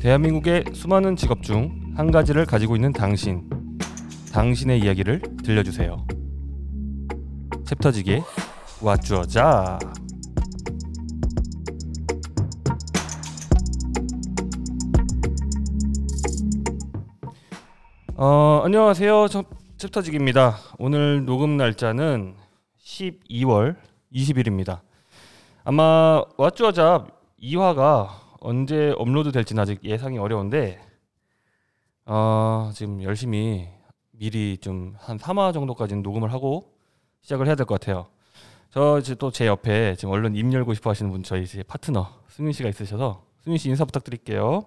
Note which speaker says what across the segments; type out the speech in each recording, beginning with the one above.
Speaker 1: 대한민국의 수많은 직업 중 한 가지를 가지고 있는 당신. 당신의 이야기를 들려주세요. 챕터지기의 와주어자. 어, 안녕하세요. 저- 챕터지기입니다. 오늘 녹음 날짜는 12월 20일입니다. 아마 와주어자 2화가 언제 업로드 될지는 아직 예상이 어려운데 어, 지금 열심히 미리 좀 한 3화 정도까지는 녹음을 하고 시작을 해야 될 것 같아요. 저 이제 또 제 옆에 지금 얼른 입 열고 싶어 하시는 분 저희 이제 파트너 승민 씨가 있으셔서 승민 씨 인사 부탁드릴게요.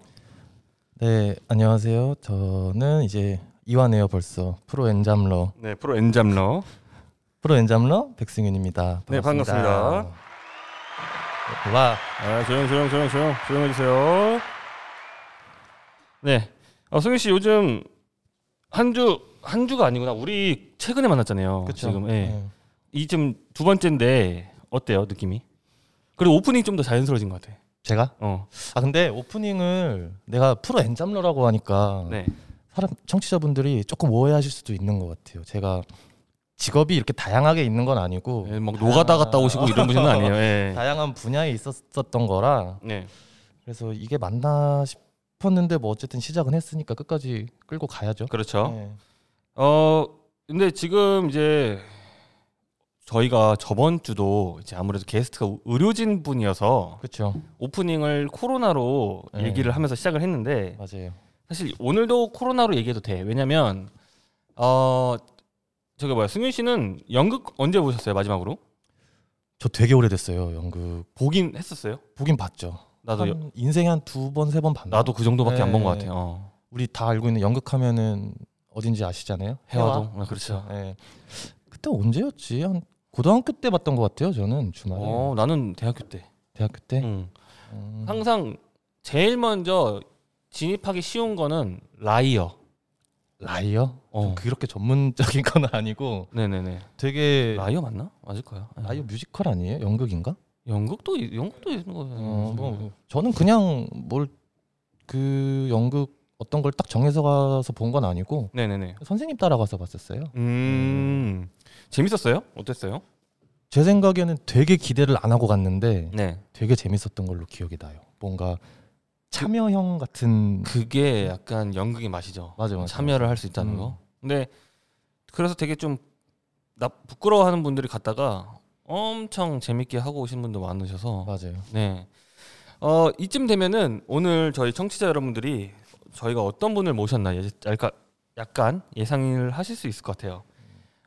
Speaker 2: 네 안녕하세요. 저는 이제 이화네요 벌써 프로 엔잠러
Speaker 1: 네, 프로 엔잡러.
Speaker 2: 프로 엔잠러 백승윤입니다.
Speaker 1: 네,
Speaker 2: 네, 와
Speaker 1: 아, 조용 조용 조용 조용 조용해 주세요. 네. 어, 승윤 씨 요즘 한 주 한 주가 아니구나. 우리 최근에 만났잖아요.
Speaker 2: 그쵸.
Speaker 1: 지금 예.
Speaker 2: 네.
Speaker 1: 이 지금 두 번째인데 어때요 느낌이? 그리고 오프닝 좀 더 자연스러워진 것 같아.
Speaker 2: 제가
Speaker 1: 어,
Speaker 2: 아 근데 오프닝을 내가 프로 엔잠러라고 하니까
Speaker 1: 네,
Speaker 2: 사람 청취자분들이 조금 오해하실 수도 있는 것 같아요. 제가 직업이 이렇게 다양하게 있는 건 아니고
Speaker 1: 예, 막 노가다 갔다 오시고 이런 분은 아니에요. 예.
Speaker 2: 다양한 분야에 있었던 거라
Speaker 1: 네,
Speaker 2: 그래서 이게 맞나 싶었는데 뭐 어쨌든 시작은 했으니까 끝까지 끌고 가야죠.
Speaker 1: 그렇죠.
Speaker 2: 네.
Speaker 1: 어, 근데 지금 이제 저희가 저번 주도 이제 아무래도 게스트가 의료진 분이어서
Speaker 2: 그렇죠.
Speaker 1: 오프닝을 코로나로
Speaker 2: 네.
Speaker 1: 얘기를 하면서 시작을 했는데
Speaker 2: 맞아요.
Speaker 1: 사실 오늘도 코로나로 얘기해도 돼. 왜냐면 어 저게 뭐야 승윤 씨는 연극 언제 보셨어요 마지막으로?
Speaker 2: 저 되게 오래됐어요. 연극
Speaker 1: 보긴 했었어요.
Speaker 2: 보긴 봤죠.
Speaker 1: 나도 여-
Speaker 2: 한 인생에 한 두 번 세 번 봤나.
Speaker 1: 나도 그 정도밖에 안 본 것
Speaker 2: 네.
Speaker 1: 같아요. 어.
Speaker 2: 우리 다 알고 있는 연극하면은 어딘지 아시잖아요.
Speaker 1: 해와동. 아, 그렇죠.
Speaker 2: 해와. 예. 그때 언제였지? 한 고등학교 때 봤던 것 같아요. 저는 주말에
Speaker 1: 어, 나는 대학교 때.
Speaker 2: 대학교 때.
Speaker 1: 응.
Speaker 2: 그렇죠. 네? 음.
Speaker 1: 항상 제일 먼저 진입하기 쉬운 거는 라이어.
Speaker 2: 라이어?
Speaker 1: 어.
Speaker 2: 좀 그렇게 전문적인 건 아니고
Speaker 1: 네네네.
Speaker 2: 되게
Speaker 1: 라이어 맞나? 맞을 거야. 예.
Speaker 2: 라이어 뮤지컬 아니에요? 연극인가?
Speaker 1: 연극도 이- 연극도 있는 거예요.
Speaker 2: 어, 뭐 저는 그냥 뭘 그 연극 어떤 걸 딱 정해서 가서 본 건 아니고
Speaker 1: 네네네.
Speaker 2: 선생님 따라가서 봤었어요.
Speaker 1: 음. 재밌었어요? 어땠어요?
Speaker 2: 제 생각에는 되게 기대를 안 하고 갔는데
Speaker 1: 네.
Speaker 2: 되게 재밌었던 걸로 기억이 나요. 뭔가 참여형 같은
Speaker 1: 그게 약간 연극의 맛이죠.
Speaker 2: 맞아요, 맞아요.
Speaker 1: 참여를 할 수 있다는
Speaker 2: 음.
Speaker 1: 거. 근데 그래서 되게 좀 나 부끄러워하는 분들이 갔다가 엄청 재밌게 하고 오신 분도 많으셔서
Speaker 2: 맞아요.
Speaker 1: 네. 어 이쯤 되면은 오늘 저희 청취자 여러분들이 저희가 어떤 분을 모셨나 예, 약간, 약간 예상을 하실 수 있을 것 같아요.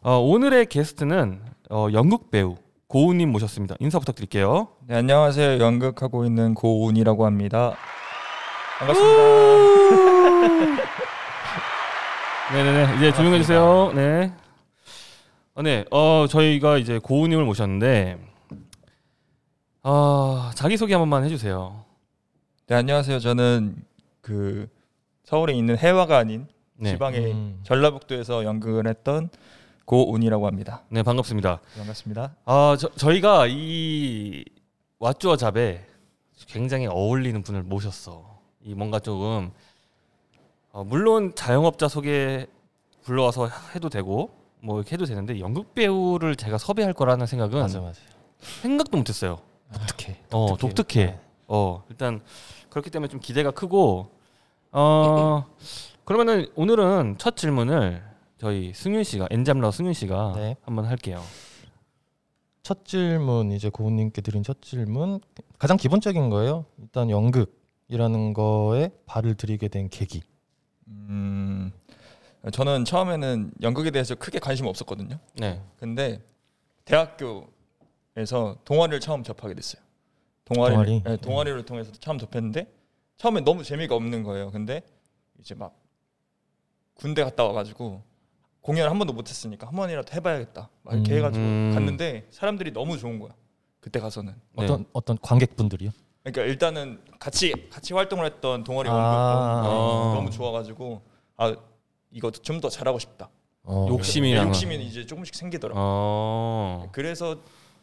Speaker 1: 어, 오늘의 게스트는 어, 연극 배우 고은님 모셨습니다. 인사 부탁드릴게요.
Speaker 3: 네, 안녕하세요. 연극하고 있는 고운이라고 합니다. 반갑습니다.
Speaker 1: 네네네 이제 조용해 주세요. 네. 어, 네. 어 저희가 이제 고은님을 모셨는데 아 자기 소개 한 번만 해주세요.
Speaker 3: 네, 안녕하세요. 저는 그 서울에 있는 해화가 아닌
Speaker 1: 네.
Speaker 3: 지방의
Speaker 2: 음.
Speaker 3: 전라북도에서 연극을 했던 고운이라고 합니다.
Speaker 1: 네 반갑습니다.
Speaker 3: 반갑습니다.
Speaker 1: 아, 저, 저희가 이 왓주어 잡에 굉장히 어울리는 분을 모셨어. 이 뭔가 조금 어, 물론 자영업자 소개 불러와서 해도 되고 뭐 이렇게 해도 되는데 연극 배우를 제가 섭외할 거라는 생각은
Speaker 2: 맞아 맞아.
Speaker 1: 생각도 못했어요.
Speaker 2: 어떻게?
Speaker 1: 어 독특해. 어 일단 그렇기 때문에 좀 기대가 크고 어 그러면은 오늘은 첫 질문을 저희 승윤 씨가 엔잡러 승윤 씨가
Speaker 2: 네.
Speaker 1: 한번 할게요.
Speaker 2: 첫 질문 이제 고은님께 드린 첫 질문 가장 기본적인 거예요. 일단 연극이라는 거에 발을 들이게 된 계기.
Speaker 3: 음, 저는 처음에는 연극에 대해서 크게 관심 없었거든요.
Speaker 1: 네.
Speaker 3: 근데 대학교에서 동아리를 처음 접하게 됐어요. 동아리,
Speaker 2: 동아리?
Speaker 3: 네, 동아리를 통해서 처음 접했는데 처음엔 너무 재미가 없는 거예요. 근데 이제 막 군대 갔다 와가지고 공연을 한 번도 못했으니까 한 번이라도 해봐야겠다. 막 이렇게
Speaker 2: 음.
Speaker 3: 해가지고
Speaker 1: 음.
Speaker 3: 갔는데 사람들이 너무 좋은 거야. 그때 가서는.
Speaker 1: 네.
Speaker 2: 어떤 어떤 관객분들이요?
Speaker 3: 그러니까 일단은 같이 같이 활동을 했던 동아리
Speaker 2: 아.
Speaker 3: 원곡
Speaker 1: 아.
Speaker 3: 너무 좋아가지고 아 이거 좀 더 잘하고 싶다.
Speaker 2: 어,
Speaker 1: 욕심이
Speaker 3: 네,
Speaker 1: 남아.
Speaker 3: 욕심이 이제 조금씩 생기더라고. 요
Speaker 1: 어.
Speaker 3: 그래서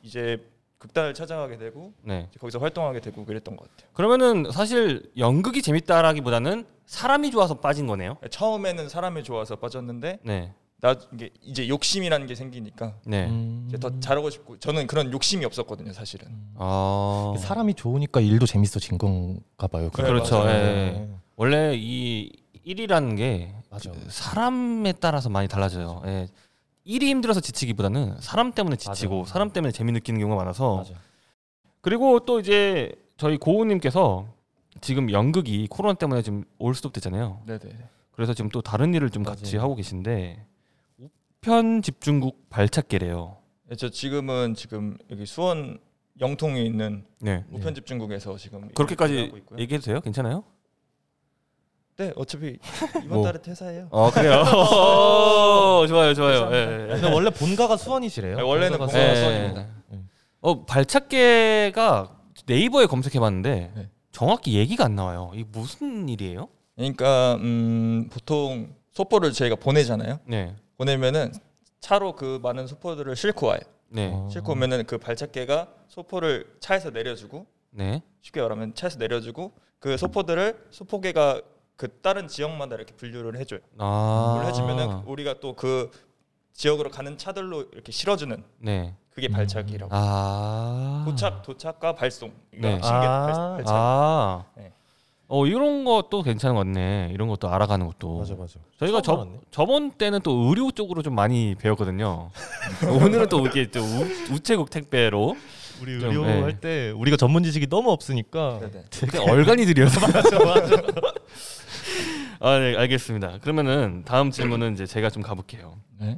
Speaker 3: 이제 극단을 찾아가게 되고
Speaker 1: 네.
Speaker 3: 이제 거기서 활동하게 되고 그랬던 것 같아요.
Speaker 1: 그러면은 사실 연극이 재밌다라기보다는 사람이 좋아서 빠진 거네요.
Speaker 3: 처음에는 사람이 좋아서 빠졌는데
Speaker 1: 네.
Speaker 3: 나 이게 이제 욕심이라는 게 생기니까
Speaker 1: 네.
Speaker 2: 음.
Speaker 3: 이제 더 잘하고 싶고 저는 그런 욕심이 없었거든요 사실은.
Speaker 1: 아.
Speaker 2: 그 사람이 좋으니까 일도 재밌어진 건가 봐요. 네.
Speaker 3: 그래,
Speaker 1: 그렇죠.
Speaker 3: 맞아요.
Speaker 1: 예. 원래 이 일이라는 게
Speaker 2: 맞아.
Speaker 1: 사람에 따라서 많이 달라져요. 예. 일이 힘들어서 지치기보다는 사람 때문에 지치고
Speaker 2: 맞아요.
Speaker 1: 사람 때문에 재미 느끼는 경우가 많아서
Speaker 2: 맞아.
Speaker 1: 그리고 또 이제 저희 고우님께서 지금 연극이 코로나 때문에 지금 올 수도 됐잖아요.
Speaker 3: 네네.
Speaker 1: 그래서 지금 또 다른 일을 좀
Speaker 2: 맞아요.
Speaker 1: 같이 하고 계신데 우편 집중국 발찾기래요.
Speaker 3: 예, 저 지금은 지금 여기 수원 영통에 있는
Speaker 1: 네.
Speaker 3: 우편집 중국에서 지금
Speaker 1: 그렇게까지
Speaker 3: 하고 있고요.
Speaker 1: 얘기해도 돼요? 괜찮아요?
Speaker 3: 네 어차피 이번
Speaker 1: 뭐.
Speaker 3: 달에 퇴사해요.
Speaker 1: 어 그래요. 오, 좋아요, 좋아요. 예, 예.
Speaker 2: 근데 원래 본가가 아, 수원이시래요?
Speaker 3: 네, 원래는
Speaker 2: 본가가
Speaker 3: 본가가
Speaker 1: 예.
Speaker 3: 수원입니다.
Speaker 1: 어 발찾개가 네이버에 검색해봤는데
Speaker 3: 네.
Speaker 1: 정확히 얘기가 안 나와요. 이게 무슨 일이에요?
Speaker 3: 그러니까 음, 보통 소포를 저희가 보내잖아요.
Speaker 1: 네,
Speaker 3: 보내면은 차로 그 많은 소포들을 싣고 와요.
Speaker 1: 네,
Speaker 2: 어.
Speaker 3: 싣고 오면은 그 발차개가 소포를 차에서 내려주고
Speaker 1: 네.
Speaker 3: 쉽게 말하면 차에서 내려주고 그 소포들을 소포계가 그 다른 지역마다 이렇게 분류를 해줘요.
Speaker 1: 아,
Speaker 3: 분류를 해주면은 우리가 또 그 지역으로 가는 차들로 이렇게 실어주는
Speaker 1: 네,
Speaker 3: 그게 발차기라고.
Speaker 1: 아,
Speaker 3: 도착 도착과 발송. 이거
Speaker 1: 네.
Speaker 3: 합친 게
Speaker 2: 아.
Speaker 3: 발- 발차기.
Speaker 1: 아,
Speaker 3: 네.
Speaker 1: 어 이런 것도 괜찮은 것 같네. 이런 것도 알아가는 것도.
Speaker 2: 맞아 맞아.
Speaker 1: 저희가
Speaker 2: 처음
Speaker 1: 저,
Speaker 2: 알았네.
Speaker 1: 저번 때는 또 의료 쪽으로 좀 많이 배웠거든요. 오늘은 또 이렇게 또 우, 우체국 택배로
Speaker 2: 우리
Speaker 1: 좀,
Speaker 2: 의료
Speaker 1: 예.
Speaker 2: 할때 우리가 전문 지식이 너무 없으니까
Speaker 3: 네네.
Speaker 1: 그때 얼간이들이어서 아, 네, 알겠습니다. 그러면은 다음 질문은 이제 제가 좀 가볼게요.
Speaker 3: 네.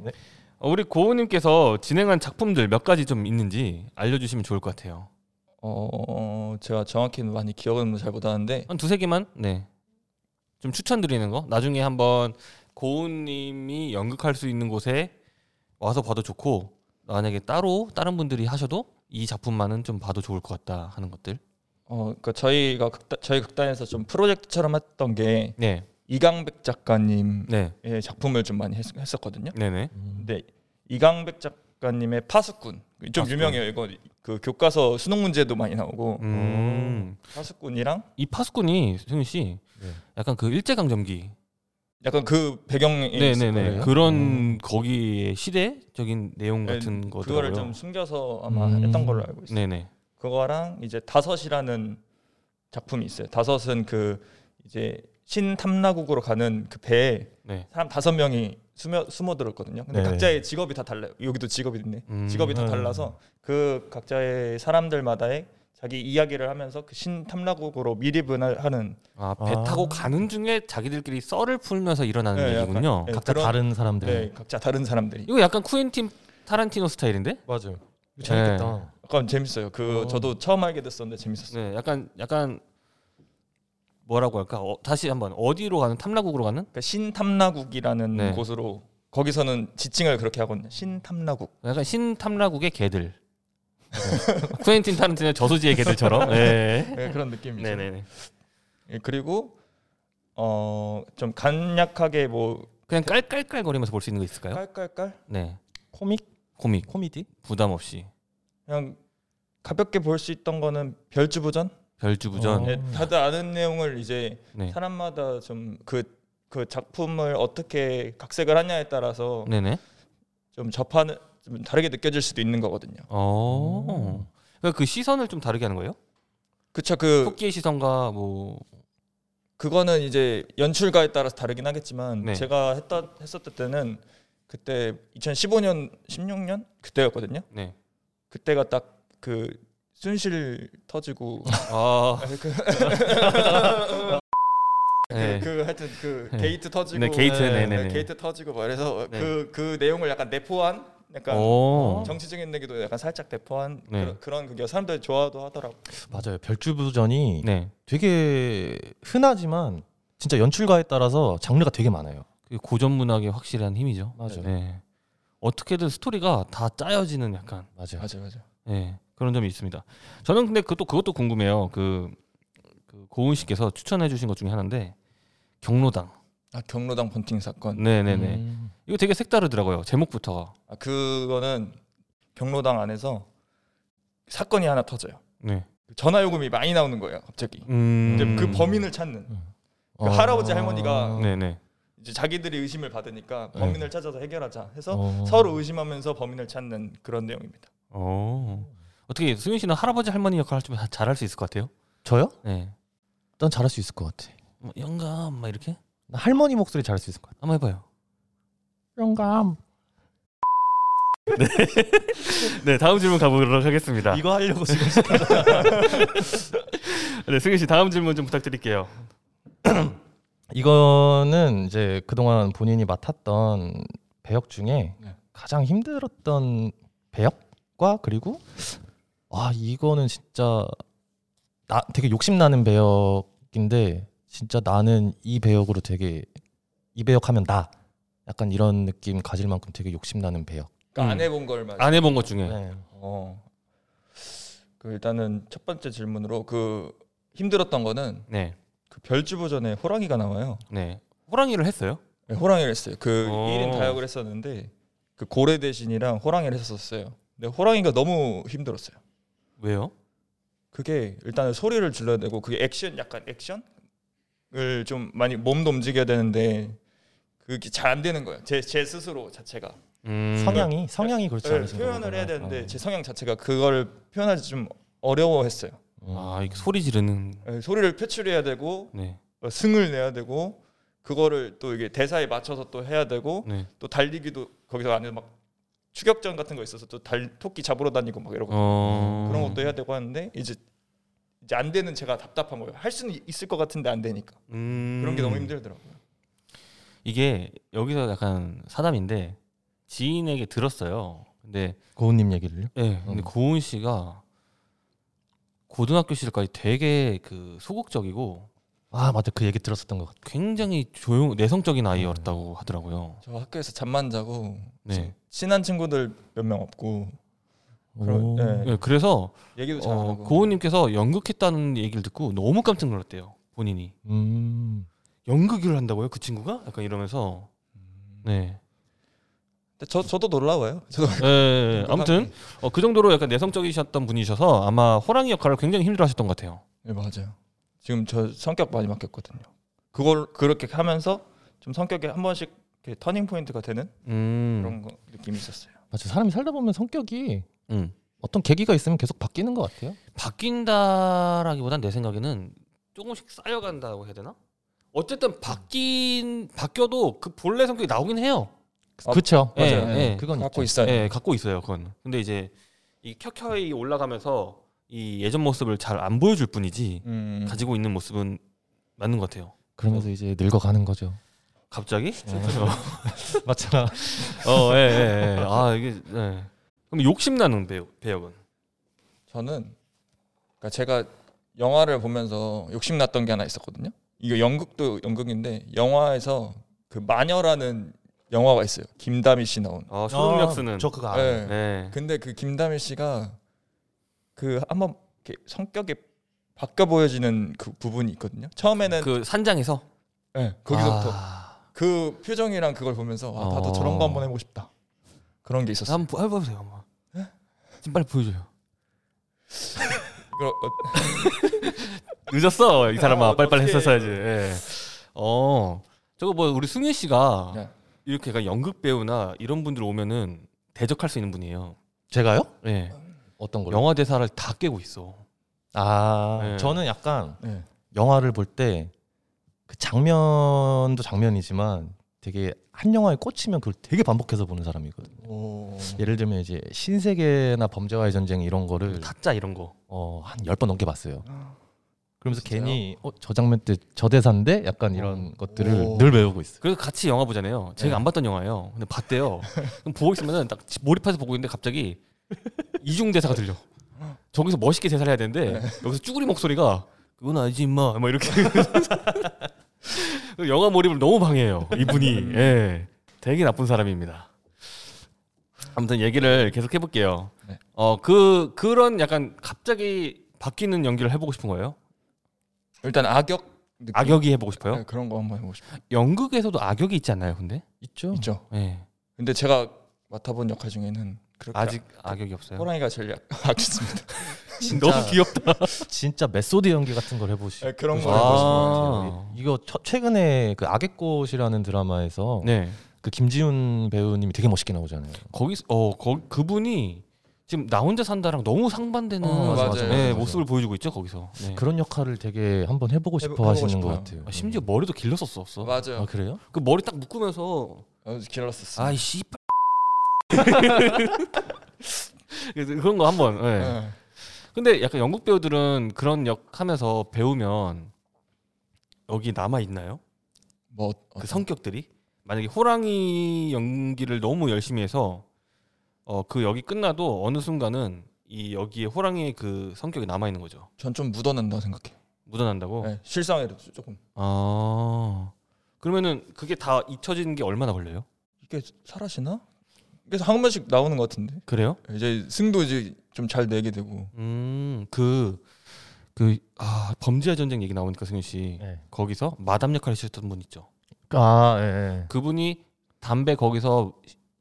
Speaker 1: 어, 우리 고우님께서 진행한 작품들 몇 가지 좀 있는지 알려주시면 좋을 것 같아요.
Speaker 3: 어 제가 정확히는 많이 기억은 잘 못하는데
Speaker 1: 한 두세 개만 네. 좀 추천드리는 거 나중에 한번 고우님이 연극할 수 있는 곳에 와서 봐도 좋고 만약에 따로 다른 분들이 하셔도 이 작품만은 좀 봐도 좋을 것 같다 하는 것들
Speaker 3: 어 그러니까 저희가 극단, 저희 극단에서 좀 프로젝트처럼 했던 게
Speaker 1: 네
Speaker 3: 이강백 작가님의
Speaker 1: 네.
Speaker 3: 작품을 좀 많이 했, 었거든요
Speaker 1: 네네
Speaker 3: 근데 이강백 작가님의 파수꾼 좀
Speaker 1: 파수꾼.
Speaker 3: 유명해요. 이거 그 교과서 수능 문제도 많이 나오고
Speaker 1: 음.
Speaker 3: 파수꾼이랑
Speaker 1: 이 파수꾼이 승윤 씨
Speaker 2: 네.
Speaker 1: 약간 그 일제 강점기
Speaker 3: 약간 그 배경이 있을
Speaker 1: 네네네
Speaker 3: 거예요.
Speaker 1: 그런 음. 거기에 시대적인 내용
Speaker 3: 네,
Speaker 1: 같은
Speaker 3: 그거를
Speaker 1: 거더라고요.
Speaker 3: 좀 숨겨서 아마
Speaker 2: 음.
Speaker 3: 했던 걸로 알고 있어요.
Speaker 1: 네네
Speaker 3: 그거랑 이제 다섯이라는 작품이 있어요. 다섯은 그 이제 신탐라국으로 가는 그 배에
Speaker 1: 네.
Speaker 3: 사람 다섯 명이 숨어 숨어 들었거든요. 근데
Speaker 2: 네.
Speaker 3: 각자의 직업이 다 달라요. 여기도 직업이 있네.
Speaker 1: 음.
Speaker 3: 직업이 다
Speaker 2: 음.
Speaker 3: 달라서 그 각자의 사람들마다의 자기 이야기를 하면서 그 신탐라국으로 미리분을 하는
Speaker 1: 아배
Speaker 2: 아.
Speaker 1: 타고 가는 중에 자기들끼리 썰을 풀면서 일어나는
Speaker 3: 네,
Speaker 1: 얘기군요.
Speaker 3: 약간, 네,
Speaker 2: 뭐 각자
Speaker 3: 그런-
Speaker 2: 다른 사람들.
Speaker 3: 네, 각자 다른 사람들이
Speaker 1: 이거 약간 쿠엔틴 타란티노 스타일인데?
Speaker 2: 맞아요. 이거 재밌겠다.
Speaker 3: 약간 재밌어요. 그
Speaker 2: 어.
Speaker 3: 저도 처음 알게 됐었는데 재밌었어요.
Speaker 1: 네, 약간 약간 뭐라고 할까? 어, 다시 한번 어디로 가는 탐라국으로 가는?
Speaker 3: 그러니까 신탐라국이라는
Speaker 1: 네.
Speaker 3: 곳으로 거기서는 지칭을 그렇게 하거든요. 신탐라국.
Speaker 1: 약간 신탐라국의 개들. 쿠엔틴 타란티노 저수지의 개들처럼. 네.
Speaker 3: 네, 그런 느낌이죠.
Speaker 1: 네네네.
Speaker 3: 예, 그리고 어 좀 간략하게 뭐
Speaker 1: 그냥 깔깔깔거리면서 볼 수 있는 거 있을까요?
Speaker 3: 깔깔깔
Speaker 1: 네.
Speaker 2: 코믹
Speaker 1: 코믹
Speaker 2: 코미디?
Speaker 1: 부담 없이
Speaker 3: 그냥 가볍게 볼 수 있던 거는 별주부전
Speaker 1: 별주부전.
Speaker 2: 어.
Speaker 3: 예, 다들 아는 내용을 이제
Speaker 1: 네.
Speaker 3: 사람마다 좀 그 그 작품을 어떻게 각색을 하냐에 따라서
Speaker 1: 네네.
Speaker 3: 좀 접하는 좀 다르게 느껴질 수도 있는 거거든요.
Speaker 1: 어. 그러니까 그 시선을 좀 다르게 하는 거예요?
Speaker 3: 그쵸 그
Speaker 1: 토끼의 시선과 뭐
Speaker 3: 그거는 이제 연출가에 따라서 다르긴 하겠지만
Speaker 1: 네.
Speaker 3: 제가 했다 했었을 때는 그때 2015년 16년 그때였거든요.
Speaker 1: 네.
Speaker 3: 그때가 딱 그 순실 터지고
Speaker 1: 아.
Speaker 3: 그
Speaker 1: 네.
Speaker 3: 그 하여튼 그
Speaker 1: 네.
Speaker 3: 게이트 터지고
Speaker 1: 네, 게이트,
Speaker 3: 네,
Speaker 1: 네네네.
Speaker 3: 게이트 터지고 막 이래서
Speaker 1: 네.
Speaker 3: 그, 그 내용을 약간 내포한 약간
Speaker 2: 어.
Speaker 1: 오.
Speaker 3: 어, 정치적인 얘기도 약간 살짝 내포한
Speaker 1: 어. 네.
Speaker 3: 그런, 그런 그게 사람들이 좋아도 하더라고.
Speaker 2: 맞아요. 별주부전이
Speaker 1: 네.
Speaker 2: 되게 흔하지만 진짜 연출가에 따라서 장르가 되게 많아요.
Speaker 1: 그 고전 문학의 확실한 힘이죠.
Speaker 2: 맞아요.
Speaker 1: 네. 어떻게든 스토리가 다 짜여지는 약간.
Speaker 2: 맞아요.
Speaker 3: 맞아 맞아.
Speaker 1: 네. 그런 점이 있습니다. 저는 근데 그것도 그것도 궁금해요. 그, 그 고은 씨께서 추천해주신 것 중에 하나인데 경로당.
Speaker 3: 아 경로당 번팅 사건.
Speaker 1: 네네네.
Speaker 2: 음.
Speaker 1: 이거 되게 색다르더라고요. 제목부터가.
Speaker 3: 아, 그거는 경로당 안에서 사건이 하나 터져요.
Speaker 1: 네.
Speaker 3: 전화 요금이 많이 나오는 거예요, 갑자기.
Speaker 1: 음.
Speaker 3: 이제 그 범인을 찾는. 그
Speaker 2: 어.
Speaker 3: 할아버지, 할머니가
Speaker 1: 네네.
Speaker 3: 이제 자기들이 의심을 받으니까
Speaker 2: 네.
Speaker 3: 범인을 찾아서 해결하자 해서
Speaker 2: 어.
Speaker 3: 서로 의심하면서 범인을 찾는 그런 내용입니다.
Speaker 1: 어. 어떻게 승윤 씨는 할아버지 할머니 역할을 좀 잘할 수 있을 것 같아요?
Speaker 2: 저요?
Speaker 1: 네.
Speaker 2: 난 잘할 수 있을 것 같아.
Speaker 1: 뭐 영감 막 이렇게
Speaker 2: 나 할머니 목소리 잘할 수 있을 것 같아.
Speaker 1: 한번 해봐요.
Speaker 2: 영감.
Speaker 1: 네 다음 질문 가보도록 하겠습니다.
Speaker 3: 이거 하려고 지금
Speaker 1: 음. 네 승윤 씨 다음 질문 좀 부탁드릴게요.
Speaker 2: 이거는 이제 그동안 본인이 맡았던 배역 중에
Speaker 3: 네.
Speaker 2: 가장 힘들었던 배역과 그리고 아 이거는 진짜 나 되게 욕심 나는 배역인데 진짜 나는 이 배역으로 되게 이 배역하면 나 약간 이런 느낌 가질 만큼 되게 욕심 나는 배역.
Speaker 3: 그러니까
Speaker 1: 음.
Speaker 3: 안 해본 걸 말이야.
Speaker 1: 안 해본 것 중에.
Speaker 2: 네.
Speaker 3: 어. 그 일단은 첫 번째 질문으로 그 힘들었던 거는
Speaker 1: 네.
Speaker 3: 그 별주부전에 호랑이가 나와요.
Speaker 1: 네. 호랑이를 했어요?
Speaker 3: 네, 호랑이를 했어요. 그
Speaker 1: 어.
Speaker 3: 1인 다역을 했었는데 그 고래 대신이랑 호랑이를 했었어요. 근데 호랑이가 너무 힘들었어요.
Speaker 1: 왜요?
Speaker 3: 그게 일단은 소리를 질러야 되고 그게 액션 약간 액션을 좀 많이 몸도 움직여야 되는데 그게 잘 안 되는 거예요. 제 제 스스로 자체가
Speaker 1: 음.
Speaker 2: 성향이 성향이 그렇지
Speaker 3: 네,
Speaker 2: 않으신
Speaker 3: 표현을
Speaker 2: 거구나.
Speaker 3: 해야 되는데
Speaker 2: 어.
Speaker 3: 제 성향 자체가 그걸 표현하기 좀 어려워했어요.
Speaker 2: 어.
Speaker 1: 아 이게 소리 지르는.
Speaker 3: 네, 소리를 표출해야 되고
Speaker 1: 네.
Speaker 3: 어, 승을 내야 되고 그거를 또 이게 대사에 맞춰서 또 해야 되고
Speaker 1: 네.
Speaker 3: 또 달리기도 거기서 안에 막 추격전 같은 거 있어서 또 달 토끼 잡으러 다니고 막 이러고
Speaker 1: 어.
Speaker 3: 그런 것도 해야 되고 하는데 이제 이제 안 되는 제가 답답한 거예요. 할 수는 있을 것 같은데 안 되니까
Speaker 1: 음.
Speaker 3: 그런 게 너무 힘들더라고요.
Speaker 1: 이게 여기서 약간 사담인데 지인에게 들었어요. 근데
Speaker 2: 고은님 얘기를요.
Speaker 1: 네, 근데
Speaker 2: 음.
Speaker 1: 고은 씨가 고등학교 시절까지 되게 그 소극적이고
Speaker 2: 아 맞아 그 얘기 들었었던 것 같아.
Speaker 1: 굉장히 조용 내성적인
Speaker 3: 음.
Speaker 1: 아이였다고 하더라고요.
Speaker 3: 저 학교에서 잠만 자고
Speaker 1: 네.
Speaker 3: 친한 친구들 몇 명 없고
Speaker 2: 오.
Speaker 3: 그럼, 네.
Speaker 1: 네, 그래서
Speaker 3: 얘기도 잘 안
Speaker 1: 어,
Speaker 3: 하고
Speaker 1: 고은님께서 연극했다는 얘기를 듣고 너무 깜짝 놀랐대요. 본인이
Speaker 2: 음.
Speaker 1: 연극을 한다고요? 그 친구가? 약간 이러면서
Speaker 3: 음.
Speaker 1: 네.
Speaker 3: 근데 저 저도 놀라워요. 저도
Speaker 1: 네, 네, 네. 아무튼 어, 그 정도로 약간 내성적이셨던 분이셔서 아마 호랑이 역할을 굉장히 힘들어하셨던 것 같아요.
Speaker 3: 네, 맞아요. 지금 저 성격 많이 바뀌었거든요. 그걸 그렇게 하면서 좀 성격이 한 번씩 이렇게 터닝 포인트가 되는
Speaker 1: 음,
Speaker 3: 그런 거, 느낌이 있었어요.
Speaker 2: 맞아 사람이 살다 보면 성격이
Speaker 1: 음.
Speaker 2: 어떤 계기가 있으면 계속 바뀌는 것 같아요.
Speaker 1: 바뀐다라기보단 내 생각에는 조금씩 쌓여간다고 해야 되나? 어쨌든 바뀐 바뀌어도 그 본래 성격이 나오긴 해요.
Speaker 3: 아,
Speaker 2: 그렇죠.
Speaker 1: 예,
Speaker 2: 맞아요.
Speaker 1: 예.
Speaker 2: 그건
Speaker 3: 갖고
Speaker 2: 있죠.
Speaker 1: 예,
Speaker 3: 있어요.
Speaker 1: 갖고 있어요. 그건. 근데 이제 이 켜켜이 올라가면서 이 예전 모습을 잘 안 보여줄 뿐이지
Speaker 3: 음,
Speaker 1: 가지고 있는 모습은 맞는 것 같아요.
Speaker 2: 그러면서 이제 늙어가는 거죠.
Speaker 1: 갑자기?
Speaker 3: 네.
Speaker 2: 맞잖아.
Speaker 1: 어, 예, 예, 예. 아 이게 예. 그럼 욕심 나는 배우 배역은
Speaker 3: 저는 그러니까 제가 영화를 보면서 욕심 났던 게 하나 있었거든요. 이거 연극도 연극인데 영화에서 그 마녀라는 영화가 있어요. 김다미 씨 나온.
Speaker 1: 어, 소능력 쓰는.
Speaker 2: 저 그거 알아요.
Speaker 3: 아, 네.
Speaker 1: 네.
Speaker 3: 근데 그 김다미 씨가 그 한번 이렇게 성격이 바뀌어 보여지는 그 부분이 있거든요. 처음에는
Speaker 1: 그 산장에서
Speaker 3: 네, 거기서부터
Speaker 1: 아,
Speaker 3: 그 표정이랑 그걸 보면서 아, 나도
Speaker 1: 어.
Speaker 3: 저런 거 한번 해보고 싶다. 그런 게 있었어요.
Speaker 1: 한번 보- 해보세요. 한번.
Speaker 3: 예?
Speaker 1: 지금 빨리 보여줘요.
Speaker 3: 이걸 어-
Speaker 1: 늦었어 이 사람아
Speaker 3: 어,
Speaker 1: 빨리빨리
Speaker 3: 어떡해.
Speaker 1: 했었어야지. 예. 어 저거 뭐 우리 승윤 씨가
Speaker 3: 네.
Speaker 1: 이렇게 약간 연극 배우나 이런 분들 오면은 대적할 수 있는 분이에요.
Speaker 2: 제가요?
Speaker 1: 예.
Speaker 2: 어떤 걸요?
Speaker 1: 영화 대사를 다 깨고 있어.
Speaker 2: 아
Speaker 1: 네.
Speaker 2: 저는 약간
Speaker 3: 네.
Speaker 2: 영화를 볼 때 그 장면도 장면이지만 되게 한 영화에 꽂히면 그걸 되게 반복해서 보는 사람이거든요.
Speaker 3: 오.
Speaker 2: 예를 들면 이제 신세계나 범죄와의 전쟁 이런
Speaker 3: 네.
Speaker 2: 거를
Speaker 1: 타짜 이런 거.
Speaker 2: 어, 한 열 번 넘게 봤어요. 그러면서
Speaker 3: 진짜요?
Speaker 2: 괜히 어, 저 장면 때 저 대사인데 약간 이런 것들을
Speaker 3: 오.
Speaker 2: 늘 외우고 있어요.
Speaker 1: 그래서 같이 영화 보잖아요. 제가
Speaker 3: 네.
Speaker 1: 안 봤던 영화예요. 근데 봤대요. 그럼 보고 있으면은 딱 지- 몰입해서 보고 있는데 갑자기 이중 대사가 들려. 저기서 멋있게 대사를 해야 되는데
Speaker 3: 네.
Speaker 1: 여기서 쭈구리 목소리가 그건 알지 임마 막 이렇게 영화 몰입을 너무 방해해요 이분이 예 되게 나쁜 사람입니다 아무튼 얘기를 계속 해볼게요
Speaker 3: 네.
Speaker 1: 어그 그런 약간 갑자기 바뀌는 연기를 해보고 싶은 거예요?
Speaker 3: 일단 악역 느낌
Speaker 1: 악역이 해보고 싶어요?
Speaker 3: 네, 그런 거 한번 해보고 싶어요.
Speaker 1: 연극에서도 악역이 있지 않나요, 근데?
Speaker 2: 있죠.
Speaker 3: 있죠.
Speaker 1: 예.
Speaker 3: 근데 제가 맡아본 역할 중에는 그렇게
Speaker 1: 아직 악역이 없어요.
Speaker 3: 호랑이가 제일 약- 약했습니다.
Speaker 2: 진짜
Speaker 1: 귀엽다.
Speaker 2: 진짜 메소드 연기 같은 걸 해보시.
Speaker 3: 네, 그런 거
Speaker 2: 아.
Speaker 3: 해보고 싶어요.
Speaker 1: 아.
Speaker 2: 이거 처- 최근에 그 악의 꽃이라는 드라마에서
Speaker 1: 네.
Speaker 2: 그 김지훈 배우님이 되게 멋있게 나오잖아요.
Speaker 1: 거기서 어 거, 그분이 지금 나 혼자 산다랑 너무 상반되는
Speaker 2: 어,
Speaker 3: 맞아, 맞아요.
Speaker 1: 네,
Speaker 2: 맞아요.
Speaker 1: 모습을 보여주고 있죠 거기서. 네.
Speaker 2: 그런 역할을 되게 한번 해보고
Speaker 3: 해보-
Speaker 2: 싶어
Speaker 3: 해보고
Speaker 2: 하시는 것
Speaker 3: 싶어요.
Speaker 2: 같아요. 음.
Speaker 1: 아, 심지어 머리도 길렀었었어.
Speaker 2: 아
Speaker 3: 맞아요.
Speaker 2: 그래요?
Speaker 1: 그 머리 딱 묶으면서
Speaker 3: 어, 길렀었어요.
Speaker 1: 아이 씨. 그래서 그런 거 한번. 예.
Speaker 3: 네.
Speaker 1: 근데 약간 영국 배우들은 그런 역 하면서 배우면 여기 남아 있나요?
Speaker 3: 뭐
Speaker 1: 그
Speaker 3: 어떤-
Speaker 1: 성격들이 만약에 호랑이 연기를 너무 열심히 해서 어 그 역이 끝나도 어느 순간은 이 여기에 호랑이의 그 성격이 남아 있는 거죠.
Speaker 3: 전 좀 묻어난다 생각해요.
Speaker 1: 묻어난다고.
Speaker 3: 네, 실상에도 조금
Speaker 1: 아 그러면은 그게 다 잊혀지는 게 얼마나 걸려요?
Speaker 3: 이게 사라지나? 그래서 한 번씩 나오는 것 같은데
Speaker 1: 그래요?
Speaker 3: 이제 승도 이제 좀 잘 내게 되고
Speaker 1: 음그 그, 아, 범죄와 전쟁 얘기 나오니까 승윤 씨
Speaker 2: 네.
Speaker 1: 거기서 마담 역할을 하셨던 분 있죠.
Speaker 2: 아 예.
Speaker 1: 그분이 담배 거기서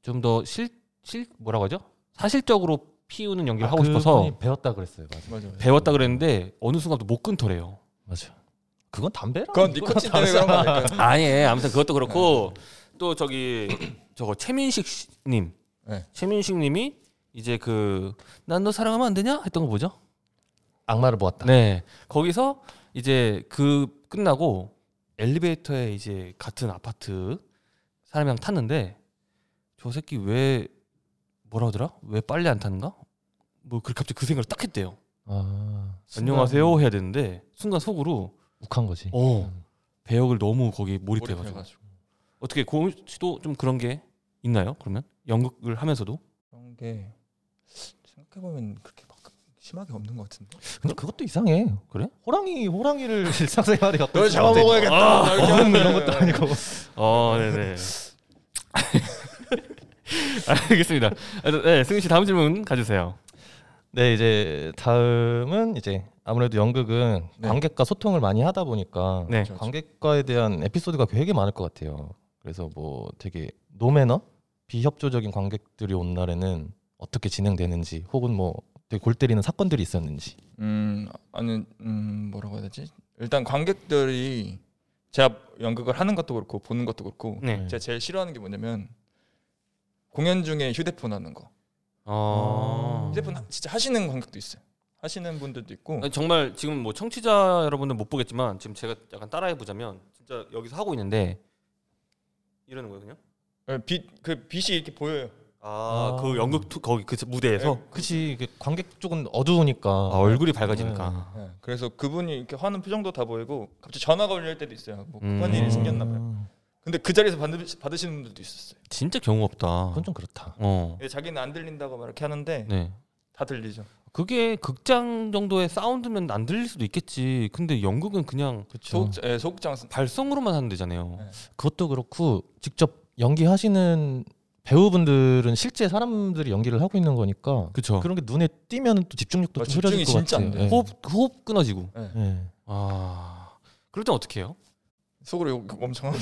Speaker 1: 좀 더 실 실 뭐라고 하죠? 사실적으로 피우는
Speaker 2: 아,
Speaker 1: 연기를 하고 싶어서
Speaker 2: 그 배웠다 그랬어요. 맞아.
Speaker 3: 맞아 맞아
Speaker 1: 배웠다 그랬는데 어느 순간부터 못 끊더래요.
Speaker 2: 맞아. 그건 담배랑
Speaker 3: 그건
Speaker 2: 이거랑
Speaker 3: 니코틴 때문에 그런 거 아닐까요?
Speaker 1: 아예 아무튼 그것도 그렇고 또 저기 저거 최민식 씨- 님
Speaker 3: 네.
Speaker 1: 최민식님이 이제 그 난 너 사랑하면 안 되냐 했던 거 뭐죠?
Speaker 2: 악마를 보았다.
Speaker 1: 네 거기서 이제 그 끝나고 엘리베이터에 이제 같은 아파트 사람이랑 탔는데 저 새끼 왜 뭐라 하더라 왜 빨리 안 타는가 뭐 그렇게 갑자기 그 생각을 딱 했대요
Speaker 2: 아, 순간
Speaker 1: 안녕하세요 해야 되는데 순간 속으로
Speaker 2: 욱한 거지.
Speaker 1: 어 배역을 너무 거기 몰입해가지고
Speaker 3: 몰입해가지고
Speaker 1: 어떻게 고은 씨도 좀 그런 게 있나요? 그러면 연극을 하면서도
Speaker 3: 그런 게 생각해 보면 그렇게 막 심하게 없는 것 같은데
Speaker 2: 근데 그것도 이상해.
Speaker 1: 그래?
Speaker 2: 호랑이 호랑이를 일상생활에 갖고
Speaker 3: 널
Speaker 2: 있으면 안 돼.
Speaker 3: 잡아먹어야겠다 나 이렇게
Speaker 2: 네. 어른
Speaker 3: 하는
Speaker 2: 이런 것도
Speaker 3: 거예요.
Speaker 2: 아니고.
Speaker 1: 어, 네네. 알겠습니다. 아, 네, 승윤 씨 다음 질문 가주세요.
Speaker 2: 네 이제 다음은 이제 아무래도 연극은
Speaker 3: 네.
Speaker 2: 관객과 소통을 많이 하다 보니까
Speaker 1: 네.
Speaker 3: 그렇죠.
Speaker 2: 관객과에 대한 에피소드가 되게 많을 것 같아요. 그래서 뭐 되게 노매너 비협조적인 관객들이 온 날에는 어떻게 진행되는지 혹은 뭐 되게 골 때리는 사건들이 있었는지
Speaker 3: 음 아니 음 뭐라고 해야 되지 일단 관객들이 제가 연극을 하는 것도 그렇고 보는 것도 그렇고
Speaker 1: 네.
Speaker 3: 제가 제일 싫어하는 게 뭐냐면 공연 중에 휴대폰 하는 거
Speaker 1: 어.
Speaker 3: 휴대폰 하- 진짜 하시는 관객도 있어요 하시는 분들도 있고
Speaker 1: 아니, 정말 지금 뭐 청취자 여러분들 못 보겠지만 지금 제가 약간 따라해 보자면 진짜 여기서 하고 있는데 이러는 거예요, 그냥?
Speaker 3: 빛그 빛이 이렇게 보여요
Speaker 1: 아,
Speaker 2: 아.
Speaker 1: 그 연극 투, 거기 그 무대에서
Speaker 3: 네.
Speaker 2: 그치 그 관객 쪽은 어두우니까 음.
Speaker 1: 아, 얼굴이 밝아지니까.
Speaker 3: 예, 그래서 그분이 이렇게 화는 표정도 다 보이고 갑자기 전화가 울릴 때도 있어요. 뭐
Speaker 1: 음.
Speaker 3: 급한 일이 생겼나 봐요. 근데 그 자리에서 받으, 받으시는 분들도 있었어요.
Speaker 1: 진짜 경우 없다.
Speaker 2: 그건 좀 그렇다.
Speaker 1: 어.
Speaker 3: 근데 자기는 안 들린다고 막 이렇게 하는데
Speaker 1: 네.
Speaker 3: 다 들리죠.
Speaker 1: 그게 극장 정도의 사운드면 안 들릴 수도 있겠지. 근데 연극은 그냥
Speaker 2: 그렇죠.
Speaker 3: 소극 예, 소극장 선-
Speaker 1: 발성으로만 하는 데잖아요.
Speaker 2: 그것도 그렇고 직접 연기하시는 배우분들은 실제 사람들이 연기를 하고 있는 거니까
Speaker 1: 그렇죠.
Speaker 2: 그런 게 눈에 띄면 또 집중력도
Speaker 3: 어,
Speaker 2: 좀 흐려질
Speaker 3: 집중이
Speaker 2: 것
Speaker 3: 진짜
Speaker 2: 같아요.
Speaker 3: 안 돼요.
Speaker 2: 예.
Speaker 1: 호흡 호흡 끊어지고.
Speaker 2: 예.
Speaker 1: 네. 아. 그럴 땐 어떻게 해요?
Speaker 3: 속으로 욕 엄청 하고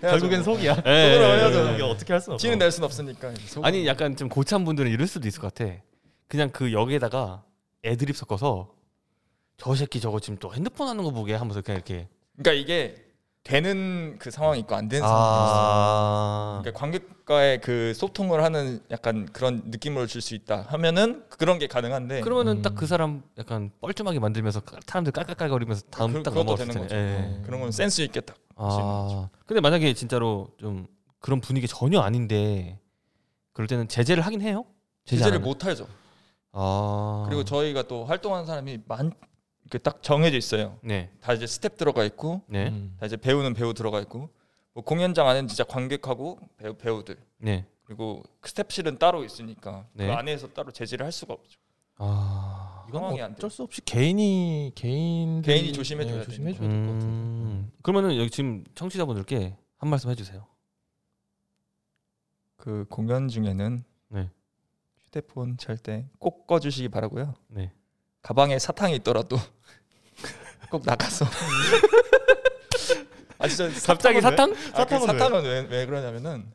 Speaker 2: 결국엔 속이야.
Speaker 1: 예, 예,
Speaker 3: 해야죠.
Speaker 1: 예, 예.
Speaker 2: 이게 어떻게 할 수는 없어.
Speaker 3: 티는 낼 순 없으니까. 이제 속으로.
Speaker 1: 아니 약간 좀 고참 분들은 이럴 수도 있을 것 같아. 그냥 그 역에다가 애드립 섞어서 저 새끼 저거 지금 또 핸드폰 하는 거 보게 하면서 그냥 이렇게.
Speaker 3: 그러니까 이게 되는 그 상황이 있고 안
Speaker 2: 아.
Speaker 3: 되는 상황이 있어요.
Speaker 1: 아.
Speaker 3: 그러니까 관객과의 그 소통을 하는 약간 그런 느낌을 줄 수 있다 하면은 그런 게 가능한데
Speaker 1: 그러면은 딱 그
Speaker 2: 음.
Speaker 1: 사람 약간 뻘쭘하게 만들면서 까- 사람들 깔깔깔거리면서 다음
Speaker 3: 그-
Speaker 1: 딱
Speaker 3: 그것도
Speaker 1: 넘어갈 수
Speaker 3: 되는
Speaker 1: 있잖아요.
Speaker 3: 거죠.
Speaker 1: 예.
Speaker 2: 네.
Speaker 3: 그런 건 센스 있게 딱
Speaker 1: 아, 근데 만약에 진짜로 좀 그런 분위기 전혀 아닌데 그럴 때는 제재를 하긴 해요. 제재 안
Speaker 3: 제재를
Speaker 1: 하나요?
Speaker 3: 못 하죠.
Speaker 1: 아.
Speaker 3: 그리고 저희가 또 활동하는 사람이 만 이렇게 딱 정해져 있어요.
Speaker 1: 네.
Speaker 3: 다 이제 스텝 들어가 있고
Speaker 1: 네.
Speaker 2: 음.
Speaker 3: 다 이제 배우는 배우 들어가 있고 뭐 공연장 안에는 진짜 관객하고 배우 배우들
Speaker 1: 네.
Speaker 3: 그리고 스텝실은 따로 있으니까
Speaker 1: 네.
Speaker 3: 그 안에서 따로 제지를 할 수가 없죠.
Speaker 1: 아.
Speaker 2: 이건
Speaker 3: 상황이 안 돼요.
Speaker 2: 어쩔 수 없이 개인이 개인
Speaker 3: 개인이 조심해줘야 되는
Speaker 2: 조심해줘야 될 것 같은데.
Speaker 1: 음. 그러면은 여기 지금 청취자분들께 한 말씀 해 주세요.
Speaker 3: 그 공연 중에는
Speaker 1: 네.
Speaker 3: 휴대폰 잘 때 꼭 꺼주시기 바라고요.
Speaker 1: 네.
Speaker 3: 가방에 사탕이 있더라도 꼭 나가서. 아 진짜
Speaker 1: 갑자기 사탕?
Speaker 3: 사탕은,
Speaker 4: 사탕은
Speaker 3: 아, 그 사탕은 왜? 왜 그러냐면은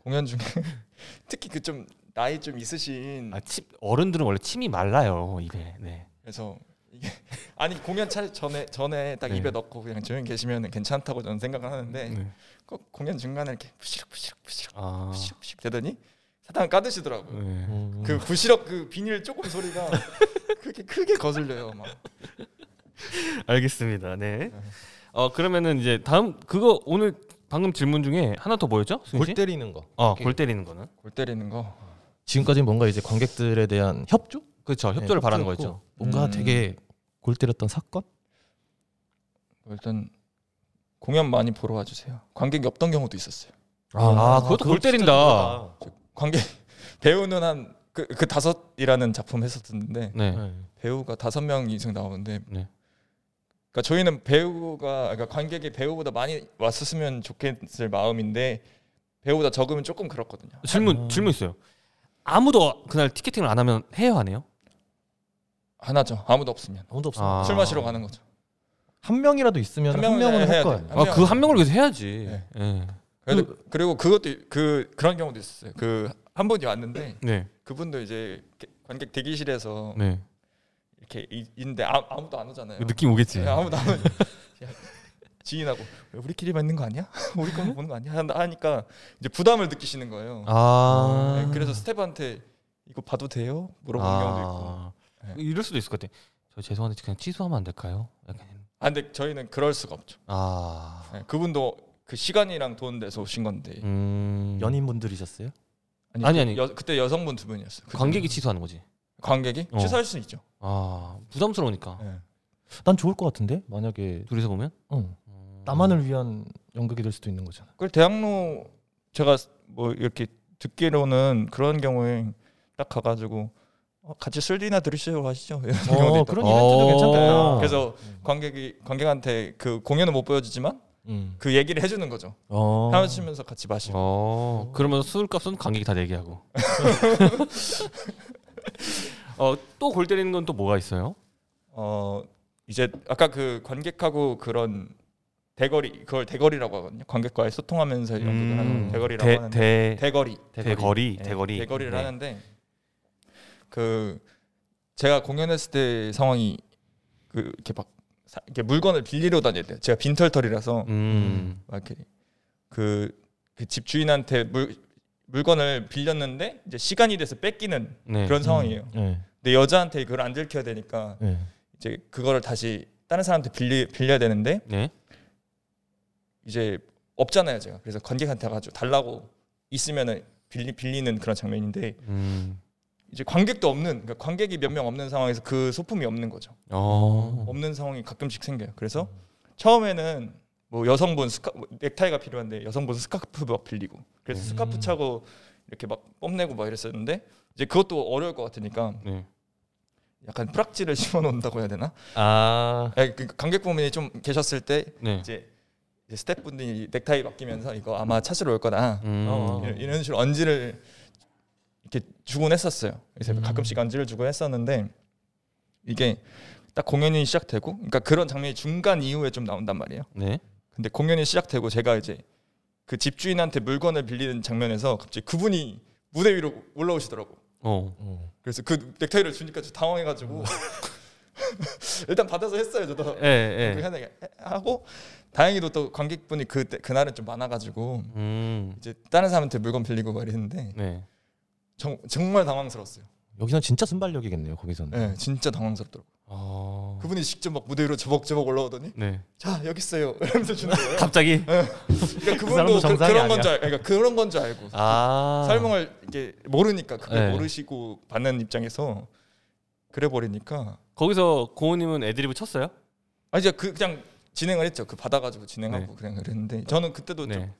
Speaker 3: 공연 중에 특히 그 좀 나이 좀 있으신
Speaker 1: 아, 침, 어른들은 원래 침이 말라요 입에. 네.
Speaker 3: 그래서 이게 아니 공연 차 전에 전에 딱
Speaker 1: 네.
Speaker 3: 입에 넣고 그냥 조용히 계시면 괜찮다고 저는 생각을 하는데
Speaker 1: 네.
Speaker 3: 꼭 공연 중간에 이렇게 부시럭 부시럭 부시럭
Speaker 1: 아.
Speaker 3: 부시럭 부시럭 되더니 사탕 까드시더라고요.
Speaker 1: 네.
Speaker 2: 음,
Speaker 3: 그 부시럭 그 비닐 조금 소리가 그렇게 크게 거슬려요 막.
Speaker 1: 알겠습니다. 네. 어 그러면은 이제 다음 그거 오늘 방금 질문 중에 하나 더 뭐였죠? 수인 씨?
Speaker 2: 골 때리는 거.
Speaker 1: 어골 때리는 거는.
Speaker 3: 골 때리는 거.
Speaker 2: 지금까지는 뭔가 이제 관객들에 대한 협조?
Speaker 1: 그렇죠. 협조를
Speaker 2: 네,
Speaker 1: 바라는
Speaker 2: 협조였고
Speaker 1: 거죠.
Speaker 2: 뭔가
Speaker 3: 음.
Speaker 2: 되게 골 때렸던 사건?
Speaker 3: 일단 공연 많이 보러 와주세요. 관객이 없던 경우도 있었어요.
Speaker 1: 아, 그것도 골
Speaker 2: 그거 진짜
Speaker 1: 때린다.
Speaker 2: 그거다.
Speaker 3: 관객 배우는 한 그 그 다섯이라는 작품 했었는데
Speaker 1: 네.
Speaker 2: 네.
Speaker 3: 배우가 다섯 명 이상 나오는데
Speaker 1: 네.
Speaker 3: 그러니까 저희는 배우가 그러니까 관객이 배우보다 많이 왔었으면 좋겠을 마음인데 배우보다 적으면 조금 그렇거든요.
Speaker 1: 질문
Speaker 2: 아.
Speaker 1: 질문 있어요. 아무도 그날 티켓팅을 안 하면 해요 안 해요?
Speaker 3: 하나죠. 아무도 없으면
Speaker 2: 아무도 없어.
Speaker 1: 아.
Speaker 3: 술 마시러 가는 거죠.
Speaker 2: 한 명이라도 있으면
Speaker 3: 한
Speaker 2: 한,
Speaker 3: 명은
Speaker 2: 명은 할
Speaker 3: 해야 돼.
Speaker 2: 거예요.
Speaker 3: 한 명.
Speaker 1: 아그 한 명을 계속 해야지.
Speaker 3: 네.
Speaker 1: 네.
Speaker 3: 그래도 그리고 그것도 그 그런 경우도 있었어요. 그 한 분이 왔는데
Speaker 1: 네.
Speaker 3: 그분도 이제 관객 대기실에서
Speaker 1: 네.
Speaker 3: 이렇게 이- 있는데 아, 아무도 안 오잖아요.
Speaker 1: 그 느낌 오겠지.
Speaker 3: 야, 네, 아무도 안 오죠. 지인하고 왜 우리끼리만 있는 거 아니야? 우리 것만 보는 거 아니야? 한다- 하니까 이제 부담을 느끼시는 거예요.
Speaker 1: 아.
Speaker 3: 네, 그래서 스텝한테 이거 봐도 돼요?
Speaker 1: 아.
Speaker 3: 물어보는 경우도 있고. 네.
Speaker 1: 있고. 이럴 수도 있을 것 같아. 저 죄송한데 그냥 취소하면 안 될까요? 약간.
Speaker 3: 아 근데 저희는 그럴 수가 없죠.
Speaker 1: 아.
Speaker 3: 네, 그분도 그 시간이랑 돈 내서 오신 건데.
Speaker 1: 음.
Speaker 2: 연인분들이셨어요?
Speaker 1: 아니,
Speaker 3: 그
Speaker 1: 아니.
Speaker 3: 여- 그때 여성분 두 분이었어요. 그
Speaker 1: 관객이 취소하는 거지.
Speaker 3: 관객이
Speaker 1: 어.
Speaker 3: 취소할 수 있죠.
Speaker 1: 아 부담스러우니까
Speaker 3: 네.
Speaker 2: 난 좋을 것 같은데 만약에
Speaker 1: 둘이서 보면
Speaker 2: 응.
Speaker 1: 음.
Speaker 2: 나만을 위한 연극이 될 수도 있는 거잖아.
Speaker 3: 그걸 대학로 제가 뭐 이렇게 듣기로는 그런 경우에 딱 가가지고 어, 같이 술이나 들으시러 가시죠. 이런 경우도 있다. 네.
Speaker 2: 그런
Speaker 1: 어.
Speaker 2: 이벤트도 괜찮다.
Speaker 3: 그래서 관객이 관객한테 그 공연은 못 보여주지만
Speaker 2: 음.
Speaker 3: 그 얘기를 해주는 거죠.
Speaker 2: 어.
Speaker 3: 헤어지면서 같이 음, 마시고.
Speaker 1: 어 그러면 술값은 관객이 다 내게 하고 어또 골 때리는 건 또 뭐가 있어요?
Speaker 3: 어 이제 아까 그 관객하고 그런 대거리 그걸 대거리라고 하거든요. 관객과의 소통하면서 연극을
Speaker 1: 음.
Speaker 3: 하는 대거리라고
Speaker 1: 대,
Speaker 3: 하는데
Speaker 1: 대,
Speaker 3: 대거리
Speaker 1: 대거리
Speaker 3: 네,
Speaker 1: 대거리
Speaker 3: 대거리를
Speaker 1: 네.
Speaker 3: 하는데 그 제가 공연했을 때 상황이 그 이렇게 막 사- 이렇게 물건을 빌리러 다닐 때 제가 빈털털이라서
Speaker 1: 음.
Speaker 3: 막 이렇게 그집 주인한테 물 물건을 빌렸는데 이제 시간이 돼서 뺏기는
Speaker 1: 네.
Speaker 3: 그런 상황이에요.
Speaker 2: 네.
Speaker 3: 근데 여자한테 그걸 안 들켜야 되니까
Speaker 2: 네.
Speaker 3: 이제 그거를 다시 다른 사람한테 빌리, 빌려야 되는데
Speaker 1: 네.
Speaker 3: 이제 없잖아요 제가 그래서 관객한테 가지고 달라고 있으면은 빌리, 빌리는 그런 장면인데
Speaker 1: 음.
Speaker 3: 이제 관객도 없는 그러니까 관객이 몇 명 없는 상황에서 그 소품이 없는 거죠
Speaker 1: 어.
Speaker 3: 없는 상황이 가끔씩 생겨요 그래서 처음에는 뭐 여성분 스카 뭐 넥타이가 필요한데 여성분 스카프 막 빌리고 그래서 스카프 차고 이렇게 막 뽐내고 막 이랬었는데 이제 그것도 어려울 것 같으니까
Speaker 1: 네.
Speaker 3: 약간 프락지를 심어놓는다고 해야 되나
Speaker 1: 아.
Speaker 3: 예, 그 관객분이 좀 계셨을 때
Speaker 1: 네.
Speaker 3: 이제, 이제 스태프분들이 넥타이 맡기면서 이거 아마 찾으러 올 거다
Speaker 1: 음.
Speaker 2: 어, 어.
Speaker 3: 이런, 이런 식으로 언지를 이렇게 주곤 했었어요. 그래서 가끔씩 언지를 주고 했었는데 이게 딱 공연이 시작되고 그러니까 그런 장면이 중간 이후에 좀 나온단 말이에요.
Speaker 1: 네.
Speaker 3: 근데 공연이 시작되고 제가 이제 그 집주인한테 물건을 빌리는 장면에서 갑자기 그분이 무대 위로 올라오시더라고.
Speaker 1: 어.
Speaker 2: 어.
Speaker 3: 그래서 그 넥타이를 주니까 저 당황해가지고 일단 받아서 했어요. 저도
Speaker 1: 예,
Speaker 2: 네.
Speaker 1: 예.
Speaker 3: 그렇게 하고 다행히도 또 관객분이 그때 그날은 좀 많아가지고
Speaker 1: 음.
Speaker 3: 이제 다른 사람한테 물건 빌리고 막 이랬는데
Speaker 1: 네.
Speaker 3: 정, 정말 당황스러웠어요.
Speaker 2: 여기선 진짜 순발력이겠네요. 거기서는.
Speaker 3: 네, 진짜 당황스럽더라고. 요
Speaker 1: 어.
Speaker 3: 그분이 직접 막 무대 위로 저벅저벅 올라오더니
Speaker 1: 네.
Speaker 3: 자 여기 있어요 이러면서 주는 거예요.
Speaker 1: 갑자기
Speaker 3: 그러니까
Speaker 2: 사람도
Speaker 3: 그분도 그
Speaker 2: 정상이
Speaker 3: 런
Speaker 2: 아니야.
Speaker 3: 건 줄 알, 그러니까 그런 건 줄 알고
Speaker 1: 아.
Speaker 3: 설명을 이게 모르니까 그걸
Speaker 1: 네.
Speaker 3: 모르시고 받는 입장에서 그래 버리니까
Speaker 1: 거기서 고은 님은 애드립을 쳤어요?
Speaker 3: 아 이제 그 그냥 진행을 했죠. 그 받아가지고 진행하고
Speaker 2: 네.
Speaker 3: 그냥 그랬는데 저는 그때도 좀
Speaker 1: 네.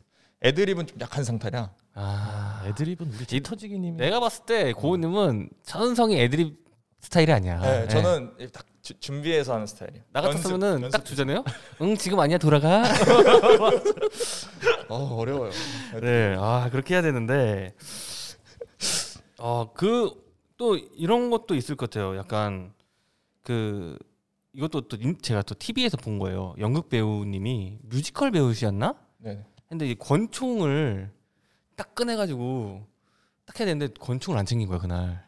Speaker 3: 애드립은 좀 약한 상태라
Speaker 1: 아.
Speaker 2: 애드립은 우리
Speaker 1: 이-
Speaker 2: 터지기님이 네.
Speaker 1: 내가 봤을 때 고은님은 천성이 애드립 스타일이 아니야.
Speaker 3: 네,
Speaker 1: 예.
Speaker 3: 저는 딱 주- 준비해서 하는 스타일이에요.
Speaker 1: 나 같았으면은
Speaker 3: 연습,
Speaker 1: 딱 주잖아요. 응 지금 아니야 돌아가.
Speaker 3: 연습. 어, 어려워요.
Speaker 1: 네, 아 그렇게 해야 되는데 아그 또 이런 것도 있을 것 같아요. 약간 그 이것도 또 인- 제가 또 TV에서 본 거예요. 연극 배우님이 뮤지컬 배우시였나?
Speaker 3: 네.
Speaker 1: 근데 이 권총을 딱 꺼내가지고 딱 해야 되는데 권총을 안 챙긴 거야 그날.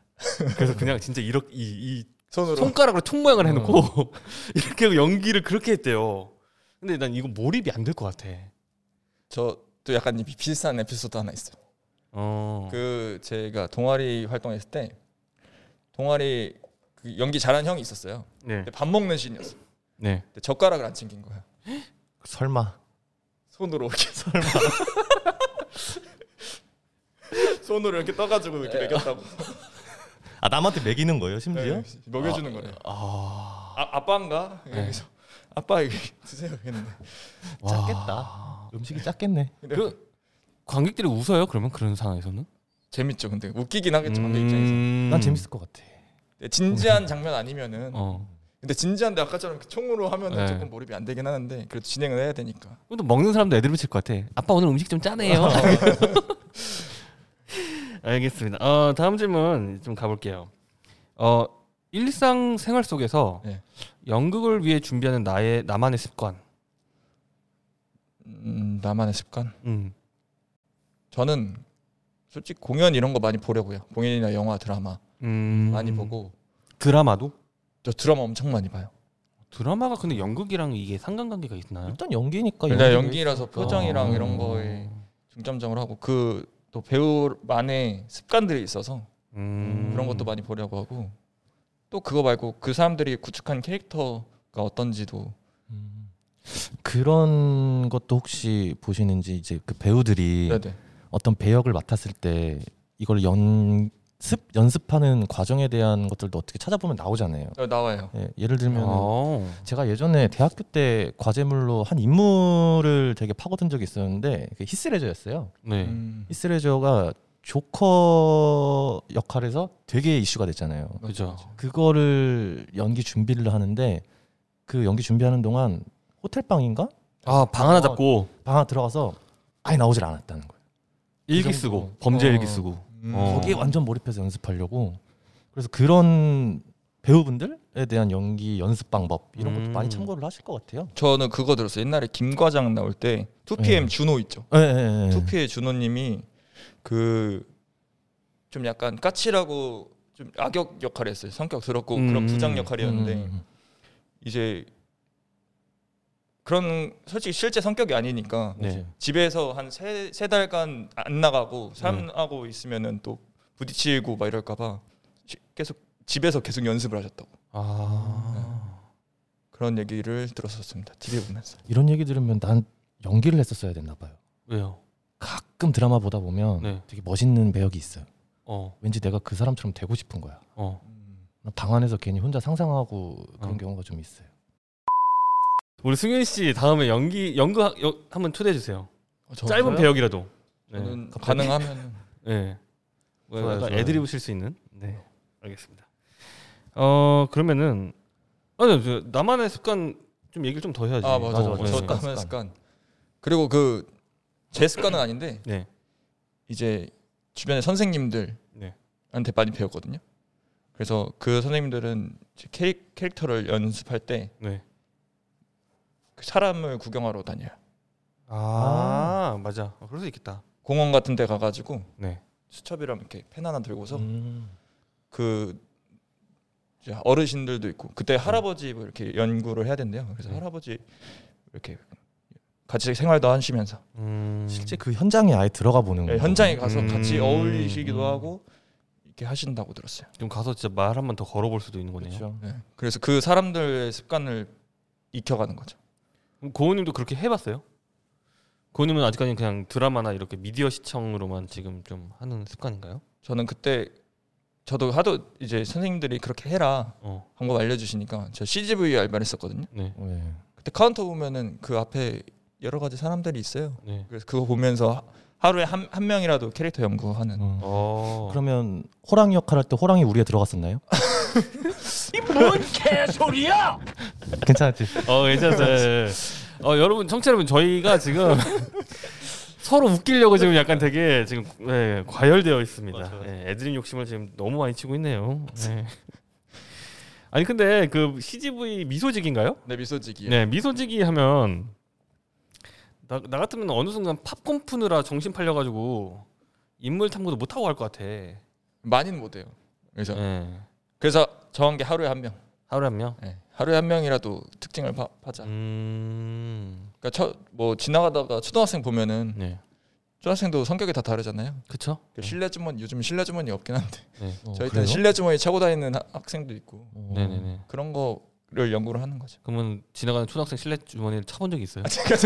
Speaker 1: 그래서 그냥 진짜 이렇게 이, 이
Speaker 3: 손으로
Speaker 1: 손가락으로 총 모양을 해놓고 이렇게 하고 연기를 그렇게 했대요. 근데 난 이거 몰입이 안 될 것 같아.
Speaker 3: 저 또 약간 이 비슷한 에피소드 하나 있어요.
Speaker 1: 어.
Speaker 3: 그 제가 동아리 활동했을 때 동아리 그 연기 잘하는 형이 있었어요.
Speaker 1: 네.
Speaker 3: 근데 밥 먹는 신이었어.
Speaker 1: 네.
Speaker 3: 근데 젓가락을 안 챙긴 거야.
Speaker 2: 설마
Speaker 3: 손으로 이렇게 설마 손으로 이렇게 떠가지고 이렇게 먹였다고
Speaker 2: 아 남한테 먹이는 거예요 심지어?
Speaker 3: 네, 먹여주는 거래.
Speaker 1: 아.
Speaker 3: 아 아빠인가? 그래서 아빠 이거 드세요 했는데
Speaker 2: 짰겠다. 음식이 짰겠네.
Speaker 3: 근데
Speaker 1: 그 관객들이 웃어요? 그러면 그런 상황에서는?
Speaker 3: 재밌죠. 근데 웃기긴 하겠죠 관객
Speaker 1: 음.
Speaker 3: 입장에서.
Speaker 2: 난 재밌을 것 같아.
Speaker 3: 근데 네, 진지한 장면 아니면은
Speaker 1: 어.
Speaker 3: 근데 진지한데 아까처럼 이렇게 총으로 하면은
Speaker 1: 네.
Speaker 3: 조금 몰입이 안 되긴 하는데 그래도 진행을 해야 되니까.
Speaker 1: 근데 먹는 사람도 애드립 칠것 같아. 아빠 오늘 음식 좀 짜네요. 알겠습니다. 어, 다음 질문 좀 가볼게요. 어, 일상 생활 속에서
Speaker 3: 네.
Speaker 1: 연극을 위해 준비하는 나의 나만의 습관.
Speaker 3: 음, 나만의 습관.
Speaker 1: 음.
Speaker 3: 저는 솔직히 공연 이런 거 많이 보려고요. 공연이나 영화, 드라마
Speaker 1: 음.
Speaker 3: 많이 보고
Speaker 1: 드라마도?
Speaker 3: 저 드라마 엄청 많이 봐요.
Speaker 1: 드라마가 근데 연극이랑 이게 상관관계가 있나요?
Speaker 2: 일단
Speaker 1: 아,
Speaker 2: 연기니까
Speaker 3: 내가
Speaker 2: 연기를-
Speaker 3: 연기라서 표정이랑
Speaker 1: 어.
Speaker 2: 아.
Speaker 3: 이런 거에 중점적으로 하고 그 또 배우만의 습관들이 있어서
Speaker 1: 음.
Speaker 3: 그런 것도 많이 보려고 하고 또 그거 말고 그 사람들이 구축한 캐릭터가 어떤지도
Speaker 2: 음. 그런 것도 혹시 보시는지 이제 그
Speaker 1: 예.
Speaker 2: 배우들이
Speaker 3: 네네
Speaker 2: 어떤 배역을 맡았을 때 이걸 연습 연습하는 과정에 대한 것들도 어떻게 찾아보면 나오잖아요.
Speaker 3: 어, 나와요.
Speaker 2: 예, 예를 들면
Speaker 1: 어.
Speaker 2: 제가 예전에 대학교 때 과제물로 한 인물을 되게 파고든 적이 있었는데 그게 히스레저였어요.
Speaker 1: 네.
Speaker 3: 음,
Speaker 2: 히스레저가 조커 역할에서 되게 이슈가 됐잖아요.
Speaker 1: 그죠.
Speaker 2: 그거를 연기 준비를 하는데 그 연기 준비하는 동안 호텔 방인가
Speaker 1: 아, 방 하나
Speaker 2: 어.
Speaker 1: 잡고
Speaker 2: 방 안에 들어가서 아예 나오질 않았다는 거예요.
Speaker 1: 일기
Speaker 2: 정도.
Speaker 1: 쓰고 범죄
Speaker 2: 어.
Speaker 1: 일기 쓰고.
Speaker 3: 음.
Speaker 1: 어.
Speaker 2: 거기에 완전 몰입해서 연습하려고. 그래서 그런 배우분들에 대한 연기 연습 방법 이런 것도
Speaker 1: 음.
Speaker 2: 많이 참고를 하실 것 같아요.
Speaker 3: 저는 그거 들었어요. 옛날에 김 과장 나올 때 2PM
Speaker 2: 네.
Speaker 3: 준호 있죠.
Speaker 2: 예, 예, 예.
Speaker 3: 2PM의 준호님이 그 좀 약간 까칠하고 좀 악역 역할을 했어요. 성격 더럽고 그런
Speaker 1: 음.
Speaker 3: 부장 역할이었는데
Speaker 2: 음.
Speaker 3: 이제 그런 솔직히 실제 성격이 아니니까
Speaker 2: 그렇죠.
Speaker 1: 네.
Speaker 3: 집에서 한 세 세 달간 안 나가고 사람하고
Speaker 2: 네.
Speaker 3: 있으면은 또 부딪히고 막 이럴까봐 계속 집에서 계속 연습을 하셨다고
Speaker 1: 아.
Speaker 3: 그런 얘기를 들었었습니다 TV 보면서
Speaker 2: 이런 얘기 들으면 난 연기를 했었어야 됐나 봐요.
Speaker 1: 왜요?
Speaker 2: 가끔 드라마 보다 보면
Speaker 1: 네.
Speaker 2: 되게 멋있는 배역이 있어요.
Speaker 1: 어.
Speaker 2: 왠지 내가 그 사람처럼 되고 싶은 거야.
Speaker 1: 어.
Speaker 2: 방 안에서 괜히 혼자 상상하고 그런
Speaker 1: 어.
Speaker 2: 경우가 좀 있어요.
Speaker 1: 우리 승윤 씨 다음에 연기 연극 하- 여- 한번 초대해 주세요.
Speaker 3: 저,
Speaker 1: 짧은
Speaker 3: 저요?
Speaker 1: 배역이라도. 네.
Speaker 3: 저는
Speaker 2: 어, 갑자기.
Speaker 3: 가능하면
Speaker 1: 네. 뭐
Speaker 2: 좋아요,
Speaker 1: 약간
Speaker 2: 좋아요.
Speaker 1: 애드립 칠수 있는. 네. 알겠습니다. 어 그러면은 아니 네, 저 나만의 습관 좀 얘기를 좀 더 해야지.
Speaker 3: 아 맞아
Speaker 2: 맞아,
Speaker 3: 맞아
Speaker 2: 맞아.
Speaker 3: 저
Speaker 1: 네.
Speaker 2: 딱-
Speaker 3: 까만
Speaker 2: 습관.
Speaker 3: 습관 그리고 그 제 습관은 아닌데
Speaker 1: 네.
Speaker 3: 이제 주변의 선생님들한테
Speaker 1: 네.
Speaker 3: 많이 배웠거든요 그래서 그 선생님들은 이제 캐릭- 캐릭터를 연습할 때
Speaker 1: 네.
Speaker 3: 그 사람을 구경하러 다녀요
Speaker 1: 아, 맞아. 어, 그럴 수 있겠다.
Speaker 3: 공원 같은 데 가가지고
Speaker 1: 네.
Speaker 3: 수첩이랑 이렇게 펜 하나 들고서
Speaker 2: 음.
Speaker 3: 그 이제 어르신들도 있고 그때 할아버지 뭐 이렇게 연구를 해야 된대요. 그래서
Speaker 1: 네.
Speaker 3: 할아버지 이렇게 같이 생활도 하시면서
Speaker 1: 음.
Speaker 2: 실제 그 현장에 아예 들어가 보는
Speaker 3: 예,
Speaker 2: 거예요.
Speaker 3: 현장에 가서 같이
Speaker 1: 음.
Speaker 3: 어울리시기도 하고 이렇게 하신다고 들었어요.
Speaker 1: 좀 가서 진짜 말 한 번 더 걸어볼 수도 있는 거네요.
Speaker 2: 그렇죠.
Speaker 3: 네. 그래서 그 사람들의 습관을 익혀가는 거죠.
Speaker 1: 그럼 고은님도 그렇게 해봤어요? 고은님은 아직까지 그냥 드라마나 이렇게 미디어 시청으로만 지금 좀 하는 습관인가요?
Speaker 3: 저는 그때 저도 하도 이제 선생님들이 그렇게 해라
Speaker 1: 어,
Speaker 3: 방법 알려주시니까 저 CGV 알바를 했었거든요.
Speaker 1: 네,
Speaker 2: 예.
Speaker 3: 그때 카운터 보면은 그 앞에 여러 가지 사람들이 있어요.
Speaker 1: 네.
Speaker 3: 그래서 그거 보면서 하- 하루에 한, 한 명이라도 캐릭터 연구하는
Speaker 2: 음.
Speaker 1: 어,
Speaker 2: 그러면 호랑이 역할 할 때 호랑이 우리에 들어갔었나요? 이 뭔 개소리야? 괜찮았지.
Speaker 1: 네, 어, 괜찮았어요. 예, 예. 어, 여러분 청취자 여러분 저희가 지금 서로 웃기려고 지금 약간 되게 지금 네, 과열되어 있습니다.
Speaker 2: 맞아요.
Speaker 1: 예, 애드립 욕심을 지금 너무 많이 치고 있네요. 네. 아니 근데 그 CGV 미소직인가요?
Speaker 3: 네 미소지기.
Speaker 1: 네 미소지기 하면 나, 나 같으면 어느 순간 팝콘 푸느라 정신 팔려가지고 인물 탐구도 못 하고 갈 것 같아.
Speaker 3: 네. 많이는 못해요. 그래서
Speaker 1: 네.
Speaker 3: 그래서 정한 게 하루에 한 명.
Speaker 1: 하루에 한 명.
Speaker 3: 네, 하루에 한 명이라도 특징을 파, 파자.
Speaker 1: 음,
Speaker 3: 그러니까 첫- 뭐 지나가다가 초등학생 보면은
Speaker 1: 네.
Speaker 3: 초등학생도 성격이 다 다르잖아요.
Speaker 1: 그쵸?
Speaker 3: 그 실내 주머니 요즘 실내 주머니 없긴 한데
Speaker 1: 네.
Speaker 2: 어, 그래요?
Speaker 3: 저희 때는 실내 주머니 차고 다니는 하- 학생도 있고
Speaker 2: 어,
Speaker 1: 네네네.
Speaker 3: 그런 거를 연구를 하는 거죠.
Speaker 1: 그러면 지나가는 초등학생 실내 주머니를 차본 적이 있어요?
Speaker 3: 아 제가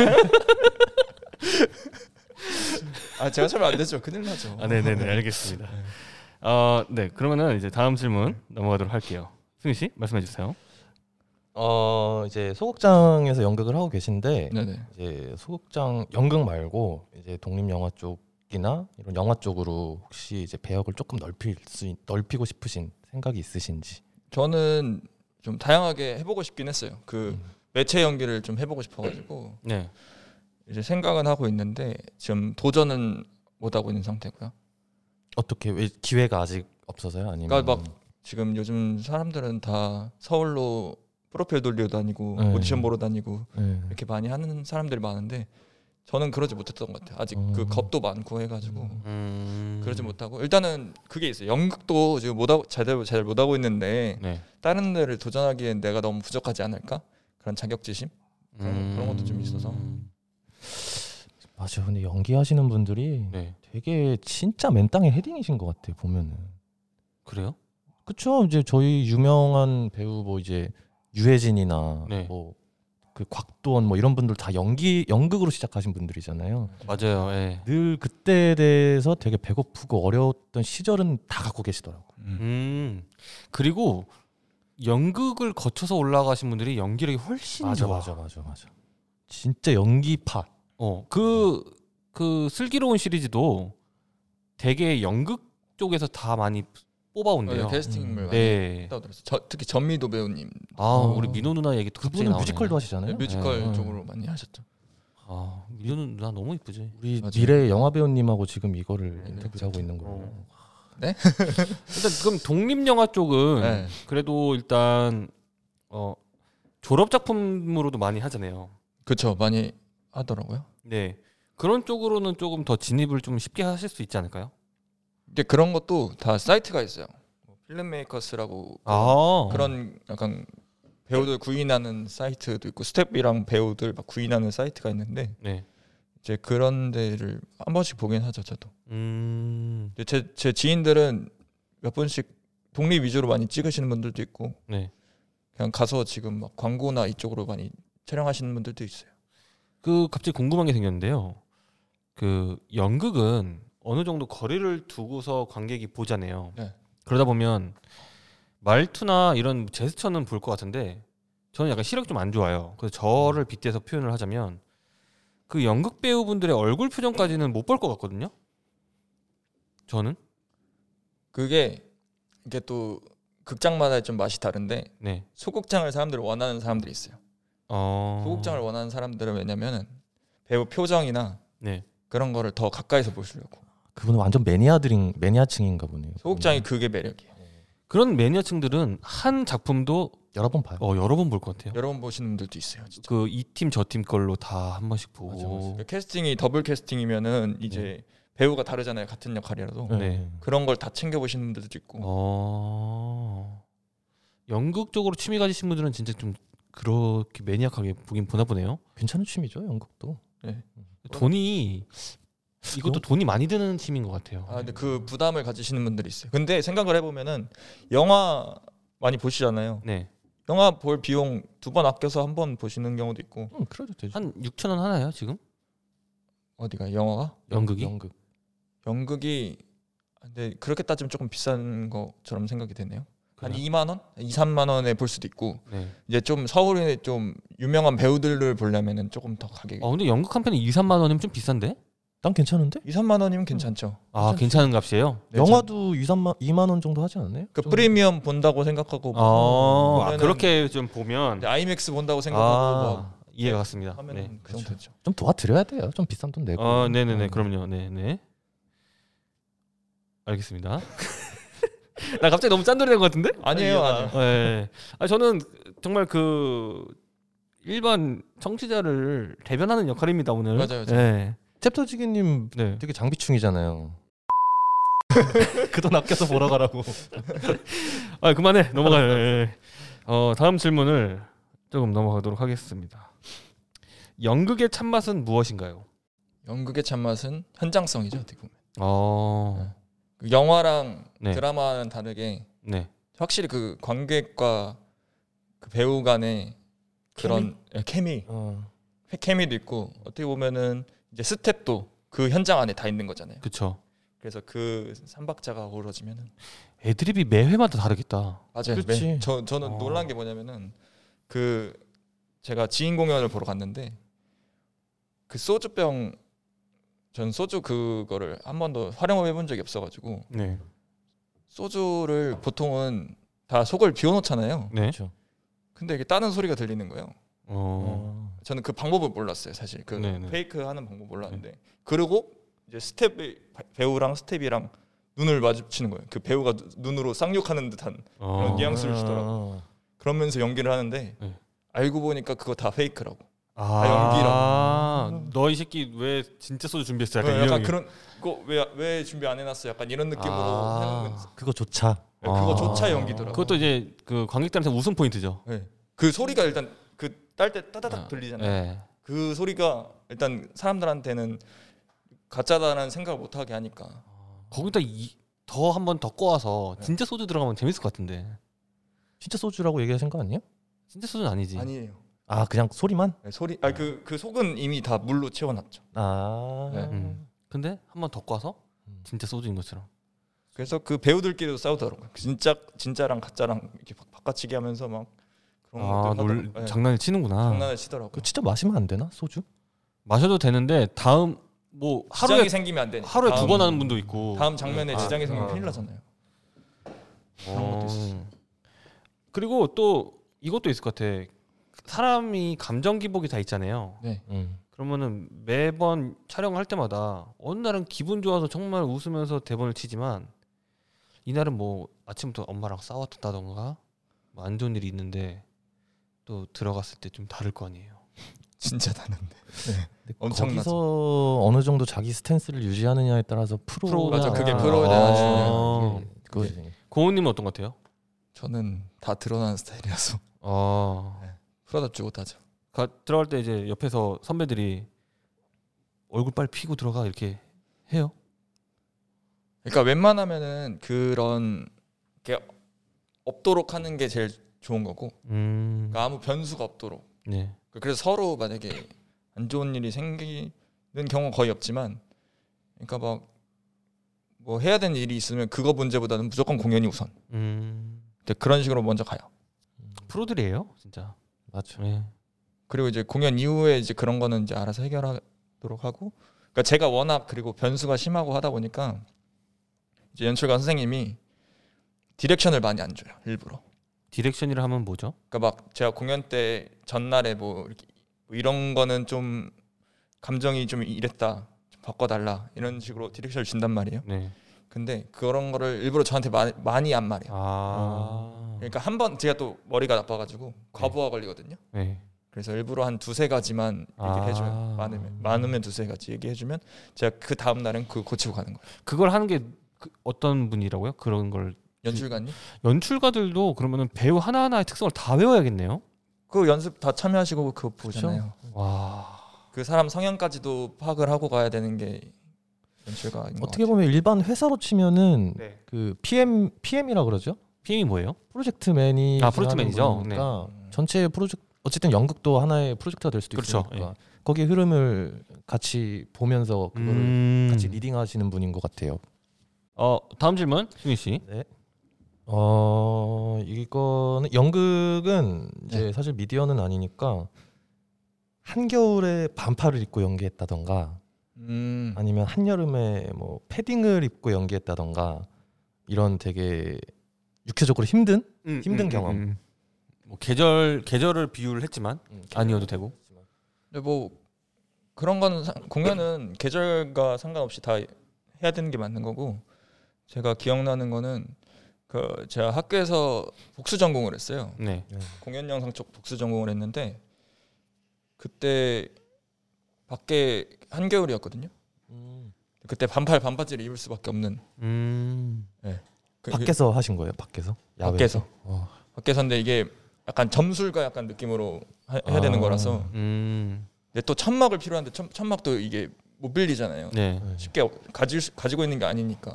Speaker 3: 아 제가 차면 안 되죠. 큰일 나죠.
Speaker 1: 아, 네, 네, 네, 알겠습니다. 어, 네, 그러면은 이제 다음 질문 넘어가도록 할게요. 승희 씨 말씀해 주세요.
Speaker 2: 어 이제 소극장에서 연극을 하고 계신데
Speaker 3: 네네.
Speaker 2: 이제 소극장 연극 말고 이제 독립 영화 쪽이나 이런 영화 쪽으로 혹시 이제 배역을 조금 넓힐 수 있- 넓히고 싶으신 생각이 있으신지.
Speaker 3: 저는 좀 다양하게 해보고 싶긴 했어요. 그 매체 연기를 좀 해보고 싶어가지고
Speaker 1: 네,
Speaker 3: 이제 생각은 하고 있는데 지금 도전은 못 하고 있는 상태고요.
Speaker 2: 어떻게 왜 기회가 아직 없어서요? 아니면
Speaker 3: 그러니까 막 지금 요즘 사람들은 다 서울로 프로필 돌리고 다니고
Speaker 2: 네.
Speaker 3: 오디션 보러 다니고
Speaker 2: 네.
Speaker 3: 이렇게 많이 하는 사람들이 많은데 저는 그러지 못했던 것 같아요. 아직 그
Speaker 2: 음.
Speaker 3: 겁도 많고 해가지고
Speaker 1: 어. 음...
Speaker 3: 그러지 못하고 일단은 그게 있어요. 연극도 지금 못 하고 제대로 제대로 못 하고 있는데
Speaker 1: 네,
Speaker 3: 다른 데를 도전하기엔 내가 너무 부족하지 않을까 그런 자격지심 그런- 그런 것도 좀 있어서.
Speaker 1: 음.
Speaker 2: 맞아요. 근데 연기하시는 분들이
Speaker 1: 네,
Speaker 2: 되게 진짜 맨땅에 헤딩이신 것 같아요. 보면은.
Speaker 1: 그래요?
Speaker 2: 그쵸 이제 저희 유명한 배우 뭐 이제 유해진이나
Speaker 1: 네.
Speaker 2: 뭐 그 곽도원 뭐 이런 분들 다 연기 연극으로 시작하신 분들이잖아요.
Speaker 1: 맞아요. 예.
Speaker 2: 늘 그때에 대해서 되게 배고프고 어려웠던 시절은 다 갖고 계시더라고요.
Speaker 1: 음, 그리고 연극을 거쳐서 올라가신 분들이 연기력이 훨씬 좋아.
Speaker 2: 맞아 맞아. 진짜 연기파.
Speaker 1: 어, 그그 슬기로운 시리즈도 되게 연극 쪽에서 다 많이 뽑아온대요.
Speaker 3: 네, 캐스팅을 많이
Speaker 1: 네.
Speaker 3: 했다고 들었어요. 저- 특히 전미도 배우님
Speaker 1: 아, 우리 민호 누나 얘기 또 갑자기
Speaker 2: 그분은
Speaker 1: 나오네.
Speaker 2: 뮤지컬도 하시잖아요.
Speaker 3: 뮤지컬
Speaker 2: 네.
Speaker 3: 쪽으로 많이 하셨죠.
Speaker 1: 아, 민호 누나 너무 이쁘지.
Speaker 2: 우리
Speaker 3: 맞아요.
Speaker 2: 미래 영화 배우님하고 지금 이거를
Speaker 3: 네,
Speaker 2: 인터뷰하고 있는 거예요.
Speaker 1: 어. 일단 그럼 독립 영화 쪽은
Speaker 3: 네.
Speaker 1: 그래도 일단 어 졸업 작품으로도 많이 하잖아요.
Speaker 3: 그렇죠 많이 하더라고요.
Speaker 1: 네. 그런 쪽으로는 조금 더 진입을 좀 쉽게 하실 수 있지 않을까요?
Speaker 3: 이제 그런 것도 다 사이트가 있어요. 뭐 필름메이커스라고
Speaker 1: 아.
Speaker 3: 그런 약간 배우들 구인하는 사이트도 있고 스텝이랑 배우들 막 구인하는 사이트가 있는데
Speaker 1: 네.
Speaker 3: 이제 그런 데를 한 번씩 보긴 하죠 저도.
Speaker 1: 음.
Speaker 3: 이제 제, 제 지인들은 몇 번씩 독립 위주로 많이 찍으시는 분들도 있고
Speaker 1: 네.
Speaker 3: 그냥 가서 지금 막 광고나 이쪽으로 많이 촬영하시는 분들도 있어요.
Speaker 1: 그 갑자기 궁금한 게 생겼는데요. 그 연극은 어느 정도 거리를 두고서 관객이 보잖아요.
Speaker 3: 네.
Speaker 1: 그러다 보면 말투나 이런 제스처는 볼 것 같은데 저는 약간 시력 좀 안 좋아요. 그래서 저를 빗대서 표현을 하자면 그 연극 배우분들의 얼굴 표정까지는 못 볼 것 같거든요. 저는
Speaker 3: 그게 이게 또 극장마다 좀 맛이 다른데
Speaker 1: 네.
Speaker 3: 소극장을 사람들이 원하는 사람들이 있어요.
Speaker 1: 어.
Speaker 3: 소극장을 원하는 사람들은 왜냐면은 배우 표정이나
Speaker 1: 네.
Speaker 3: 그런 거를 더 가까이서 보시려고
Speaker 2: 그분은 완전 매니아들인 매니아층인가 보네요.
Speaker 3: 소극장이 그게 매력이에요.
Speaker 1: 그런 매니아층들은 한 작품도
Speaker 2: 여러 번 봐요.
Speaker 1: 어, 여러 번 볼 것 같아요.
Speaker 3: 여러 번 보시는 분들도 있어요. 진짜.
Speaker 1: 그 이 팀 저 팀 걸로 다 한 번씩 보고.
Speaker 3: 그러니까 캐스팅이 더블 캐스팅이면은 이제 배우가 다르잖아요. 같은 역할이라도
Speaker 1: 네.
Speaker 3: 그런 걸 다 챙겨 보시는 분들도 있고
Speaker 1: 어. 연극 쪽으로 취미 가지신 분들은 진짜 좀 그렇게 매니악하게 보긴 보나 보네요.
Speaker 2: 괜찮은 취미죠 연극도.
Speaker 1: 돈이 이것도 돈이 많이 드는 팀인 것 같아요.
Speaker 3: 아 근데 그 부담을 가지시는 분들이 있어요. 근데 생각을 해보면은 영화 많이 보시잖아요.
Speaker 1: 네.
Speaker 3: 영화 볼 비용 두 번 아껴서 한 번 보시는 경우도 있고
Speaker 2: 음, 그래도 되죠.
Speaker 1: 한 6천 원 하나요 지금?
Speaker 3: 어디가 영화가
Speaker 1: 연극이?
Speaker 2: 연극.
Speaker 3: 연극이 근데 그렇게 따지면 조금 비싼 것처럼 생각이 되네요. 한
Speaker 1: 그래요?
Speaker 3: 2만 원, 2, 3만 원에 볼 수도 있고
Speaker 1: 네.
Speaker 3: 이제 좀 서울에 좀 유명한 배우들을 보려면은 조금 더 가격이
Speaker 1: 어 근데 연극 한 편에 2, 3만 원이면 좀 비싼데?
Speaker 2: 난 괜찮은데?
Speaker 3: 2, 3만 원이면 괜찮죠.
Speaker 1: 아 괜찮은 값이에요?
Speaker 3: 네,
Speaker 2: 영화도 2, 3만 2만 원 정도 하지 않나요?
Speaker 3: 그
Speaker 2: 좀-
Speaker 3: 프리미엄 본다고 뭐 생각하고
Speaker 1: 어, 아,
Speaker 3: 보면은-
Speaker 1: 그렇게 좀 보면
Speaker 3: 근데 아이맥스 본다고 생각하고
Speaker 1: 아, 이해가 갔습니다.
Speaker 3: 하면
Speaker 1: 네.
Speaker 3: 그 정도 되죠.
Speaker 2: 좀 도와드려야 돼요. 좀 비싼 돈 내고.
Speaker 1: 아, 네네네.
Speaker 2: 음.
Speaker 1: 그럼요. 네네. 알겠습니다. 나 갑자기 너무 짠돌이 된 것 같은데?
Speaker 3: 아니에요, 아니에요.
Speaker 1: 네. 아, 저는 정말 그 일반 청취자를 대변하는 역할입니다 오늘.
Speaker 3: 맞아요, 맞아요.
Speaker 1: 네.
Speaker 2: 챕터지기님
Speaker 1: 네.
Speaker 2: 되게 장비충이잖아요. 그 돈 아껴서 보러 가라고.
Speaker 1: 아 그만해 넘어가요. 예, 예. 어 다음 질문을 조금 넘어가도록 하겠습니다. 연극의 참맛은 무엇인가요?
Speaker 3: 연극의 참맛은 현장성이죠, 어떻게 보면.
Speaker 1: 어,
Speaker 3: 그 영화랑
Speaker 1: 네,
Speaker 3: 드라마는 다르게
Speaker 1: 네,
Speaker 3: 확실히 그 관객과 그 배우 간의 그런 예, 케미,
Speaker 2: 어.
Speaker 3: 케미도 있고 어떻게 보면은 이제 스텝도 그 현장 안에 다 있는 거잖아요.
Speaker 1: 그쵸.
Speaker 3: 그래서 그 삼박자가 어우러지면은
Speaker 1: 애드립이 매 회마다 다르겠다.
Speaker 3: 맞아요.
Speaker 2: 그치.
Speaker 3: 매- 저 저는
Speaker 1: 어.
Speaker 3: 놀란 게 뭐냐면은 그 제가 지인 공연을 보러 갔는데 그 소주병 전 소주 그거를 한 번도 활용해 본 적이 없어가지고
Speaker 1: 네,
Speaker 3: 소주를 보통은 다 속을 비워놓잖아요.
Speaker 1: 네.
Speaker 2: 그렇죠.
Speaker 3: 근데 이게 따는 소리가 들리는 거예요.
Speaker 1: 어,
Speaker 3: 저는 그 방법을 몰랐어요 사실 그
Speaker 1: 네네.
Speaker 3: 페이크 하는 방법 몰랐는데 그리고 이제 스텝 배우랑 스텝이랑 눈을 마주치는 거예요 그 배우가 누- 눈으로 쌍욕하는 듯한
Speaker 1: 어.
Speaker 3: 그런 뉘앙스를 주더라고. 그러면서 연기를 하는데
Speaker 1: 네.
Speaker 3: 알고 보니까 그거 다 페이크라고
Speaker 1: 아, 연기라. 너이 새끼 왜 진짜 소주 준비했어? 약간,
Speaker 3: 네, 약간,
Speaker 1: 이런 느낌.
Speaker 3: 그런 거왜왜 준비 안 해놨어 약간 이런 느낌으로
Speaker 1: 아.
Speaker 3: 하는 건-
Speaker 2: 그거조차.
Speaker 3: 그거조차
Speaker 2: 아.
Speaker 3: 연기더라고
Speaker 1: 그것도 이제 그 관객들한테 웃음 포인트죠.
Speaker 3: 네. 그 소리가 일단 그 딸 때 따다닥 들리잖아요
Speaker 1: 네.
Speaker 3: 그 소리가 일단 사람들한테는 가짜다라는 생각을 못 하게 하니까
Speaker 1: 거기다 이, 더 한 번 더 꼬아서
Speaker 3: 네.
Speaker 1: 진짜 소주 들어가면 재밌을 것 같은데.
Speaker 2: 진짜 소주라고 얘기하신 거 아니에요?
Speaker 1: 진짜 소주는 아니지.
Speaker 3: 아니에요.
Speaker 2: 아 그냥 소리만?
Speaker 3: 네, 소리 아 그 그 속은 이미 다 물로 채워놨죠.
Speaker 2: 아.
Speaker 3: 네.
Speaker 1: 음. 근데 한 번 더 꽈서
Speaker 2: 음.
Speaker 1: 진짜 소주인 것처럼.
Speaker 3: 그래서 그 배우들끼리도 싸우더라고요. 진짜 진짜랑 가짜랑 이렇게 바- 바꿔치기 하면서 막 그런
Speaker 1: 아,
Speaker 3: 것들
Speaker 1: 놀,
Speaker 3: 하더라고요. 네,
Speaker 1: 장난을 치는구나.
Speaker 3: 장난을 치더라고요.
Speaker 2: 그 진짜 마시면 안 되나 소주?
Speaker 1: 마셔도 되는데 다음 뭐
Speaker 3: 지장이
Speaker 1: 하루에
Speaker 3: 생기면 안 되니까.
Speaker 1: 하루에 두
Speaker 3: 다음-
Speaker 1: 번 하는 분도 있고.
Speaker 3: 다음 장면에
Speaker 1: 아,
Speaker 3: 지장이 생기면
Speaker 1: 아.
Speaker 3: 큰일 어. 나잖아요.
Speaker 1: 그런
Speaker 3: 것도
Speaker 1: 어. 그리고 또 이것도 있을 것 같아. 사람이 감정 기복이 다 있잖아요.
Speaker 3: 네.
Speaker 2: 음.
Speaker 1: 그러면은 매번 촬영할 때마다 어느 날은 기분 좋아서 정말 웃으면서 대본을 치지만 이날은 뭐 아침부터 엄마랑 싸웠다던가 뭐 안 좋은 일이 있는데 또 들어갔을 때 좀 다를 거 아니에요.
Speaker 3: 진짜 다른데.
Speaker 2: 근데
Speaker 3: 엄청나죠.
Speaker 2: 거기서 어느 정도 자기 스탠스를 유지하느냐에 따라서 프로나
Speaker 1: 프로냐.
Speaker 3: 맞아, 그게
Speaker 1: 프로냐,
Speaker 2: 아,
Speaker 1: 아니냐.
Speaker 2: 이게 그거 이제
Speaker 1: 고은님은 어떤 것 같아요?
Speaker 3: 저는 다 드러나는 스타일이라서
Speaker 1: 아
Speaker 3: 풀어답지 못하죠.
Speaker 1: 가, 들어갈 때 이제 옆에서 선배들이 얼굴 빨리 피고 들어가 이렇게 해요.
Speaker 3: 그러니까 웬만하면은 그런 게 없도록 하는 게 제일 좋은 거고
Speaker 1: 음,
Speaker 3: 그러니까 아무 변수가 없도록.
Speaker 1: 네,
Speaker 3: 그- 그래서 서로 만약에 안 좋은 일이 생기는 경우 거의 없지만 그러니까 막 뭐 해야 되는 일이 있으면 그거 문제보다는 무조건 공연이 우선
Speaker 1: 음,
Speaker 3: 이제 그런 식으로 먼저 가요
Speaker 1: 프로들이에요, 진짜.
Speaker 2: 맞죠.
Speaker 1: 네.
Speaker 3: 그리고 이제 공연 이후에 이제 그런 거는 이제 알아서 해결하도록 하고 그러니까 제가 워낙 그리고 변수가 심하고 하다 보니까 이제 연출가 선생님이 디렉션을 많이 안 줘요 일부러
Speaker 1: 디렉션이라 하면 뭐죠?
Speaker 3: 그러니까 막 제가 공연 때 전날에 뭐 이렇게 뭐 이런 거는 좀 감정이 좀 이랬다 좀 바꿔달라 이런 식으로 디렉션을 준단 말이에요.
Speaker 1: 네.
Speaker 3: 근데 그런 거를 일부러 저한테 마, 많이 안 말해요.
Speaker 1: 아,
Speaker 3: 그러니까 한 번 제가 또 머리가 나빠가지고 과부하 걸리거든요.
Speaker 1: 네.
Speaker 3: 그래서 일부러 한 두세 가지만 얘기해줘요.
Speaker 1: 아.
Speaker 3: 많으면 많으면 두세 가지 얘기해주면 제가 그 다음 날은 그 고치고 가는 거예요.
Speaker 1: 그걸 하는 게 그- 어떤 분이라고요? 그런 걸
Speaker 3: 연출가님
Speaker 1: 연출가들도 그러면은 배우 하나 하나의 특성을 다 외워야겠네요.
Speaker 3: 그 연습 다 참여하시고 그거 보잖아요.
Speaker 1: 와,
Speaker 3: 그 사람 성향까지도 파악을 하고 가야 되는 게 연출가인 것
Speaker 2: 어떻게
Speaker 3: 같아요.
Speaker 2: 보면 일반 회사로 치면은
Speaker 1: 네.
Speaker 2: 그 PM PM이라 그러죠.
Speaker 1: PM이 뭐예요?
Speaker 2: 프로젝트 매니
Speaker 1: 아, 프로젝트 매니저. 네.
Speaker 2: 그러니까 전체 프로젝트 어쨌든 연극도 하나의 프로젝트가 될 수도
Speaker 1: 그렇죠.
Speaker 2: 있으니까 거기에 흐름을 같이 보면서 그거를
Speaker 1: 음.
Speaker 2: 같이 리딩하시는 분인 것 같아요. 네.
Speaker 1: 어 다음 질문 승희 씨.
Speaker 2: 어 이거는 연극은 이제
Speaker 3: 네.
Speaker 2: 사실 미디어는 아니니까 한겨울에 반팔을 입고 연기했다던가
Speaker 3: 음.
Speaker 2: 아니면 한여름에 뭐 패딩을 입고 연기했다던가 이런 되게 육체적으로 힘든
Speaker 1: 음,
Speaker 2: 힘든 경험.
Speaker 1: 뭐 계절 계절을 비유를 했지만
Speaker 2: 음,
Speaker 1: 아니어도 되고.
Speaker 3: 근데 뭐 그런 거는 상- 공연은 계절과 상관없이 다 해야 되는 게 맞는 거고 제가 기억나는 거는 그 제가 학교에서 복수 전공을 했어요.
Speaker 1: 네.
Speaker 3: 공연 영상 쪽 복수 전공을 했는데 그때 밖에 한겨울이었거든요.
Speaker 2: 음.
Speaker 3: 그때 반팔 반바지를 입을 수밖에 없는
Speaker 1: 음.
Speaker 3: 그-
Speaker 2: 밖에서 하신 거예요? 밖에서? 야외에서?
Speaker 3: 밖에서
Speaker 2: 어.
Speaker 3: 밖에서인데 이게 약간 점술가 약간 느낌으로 하- 해야
Speaker 2: 아.
Speaker 3: 되는 거라서
Speaker 1: 음.
Speaker 3: 근데 또 천막을 필요한데 천, 천막도 이게 못 빌리잖아요.
Speaker 1: 네.
Speaker 2: 네.
Speaker 3: 쉽게 가지, 가지고 있는 게 아니니까.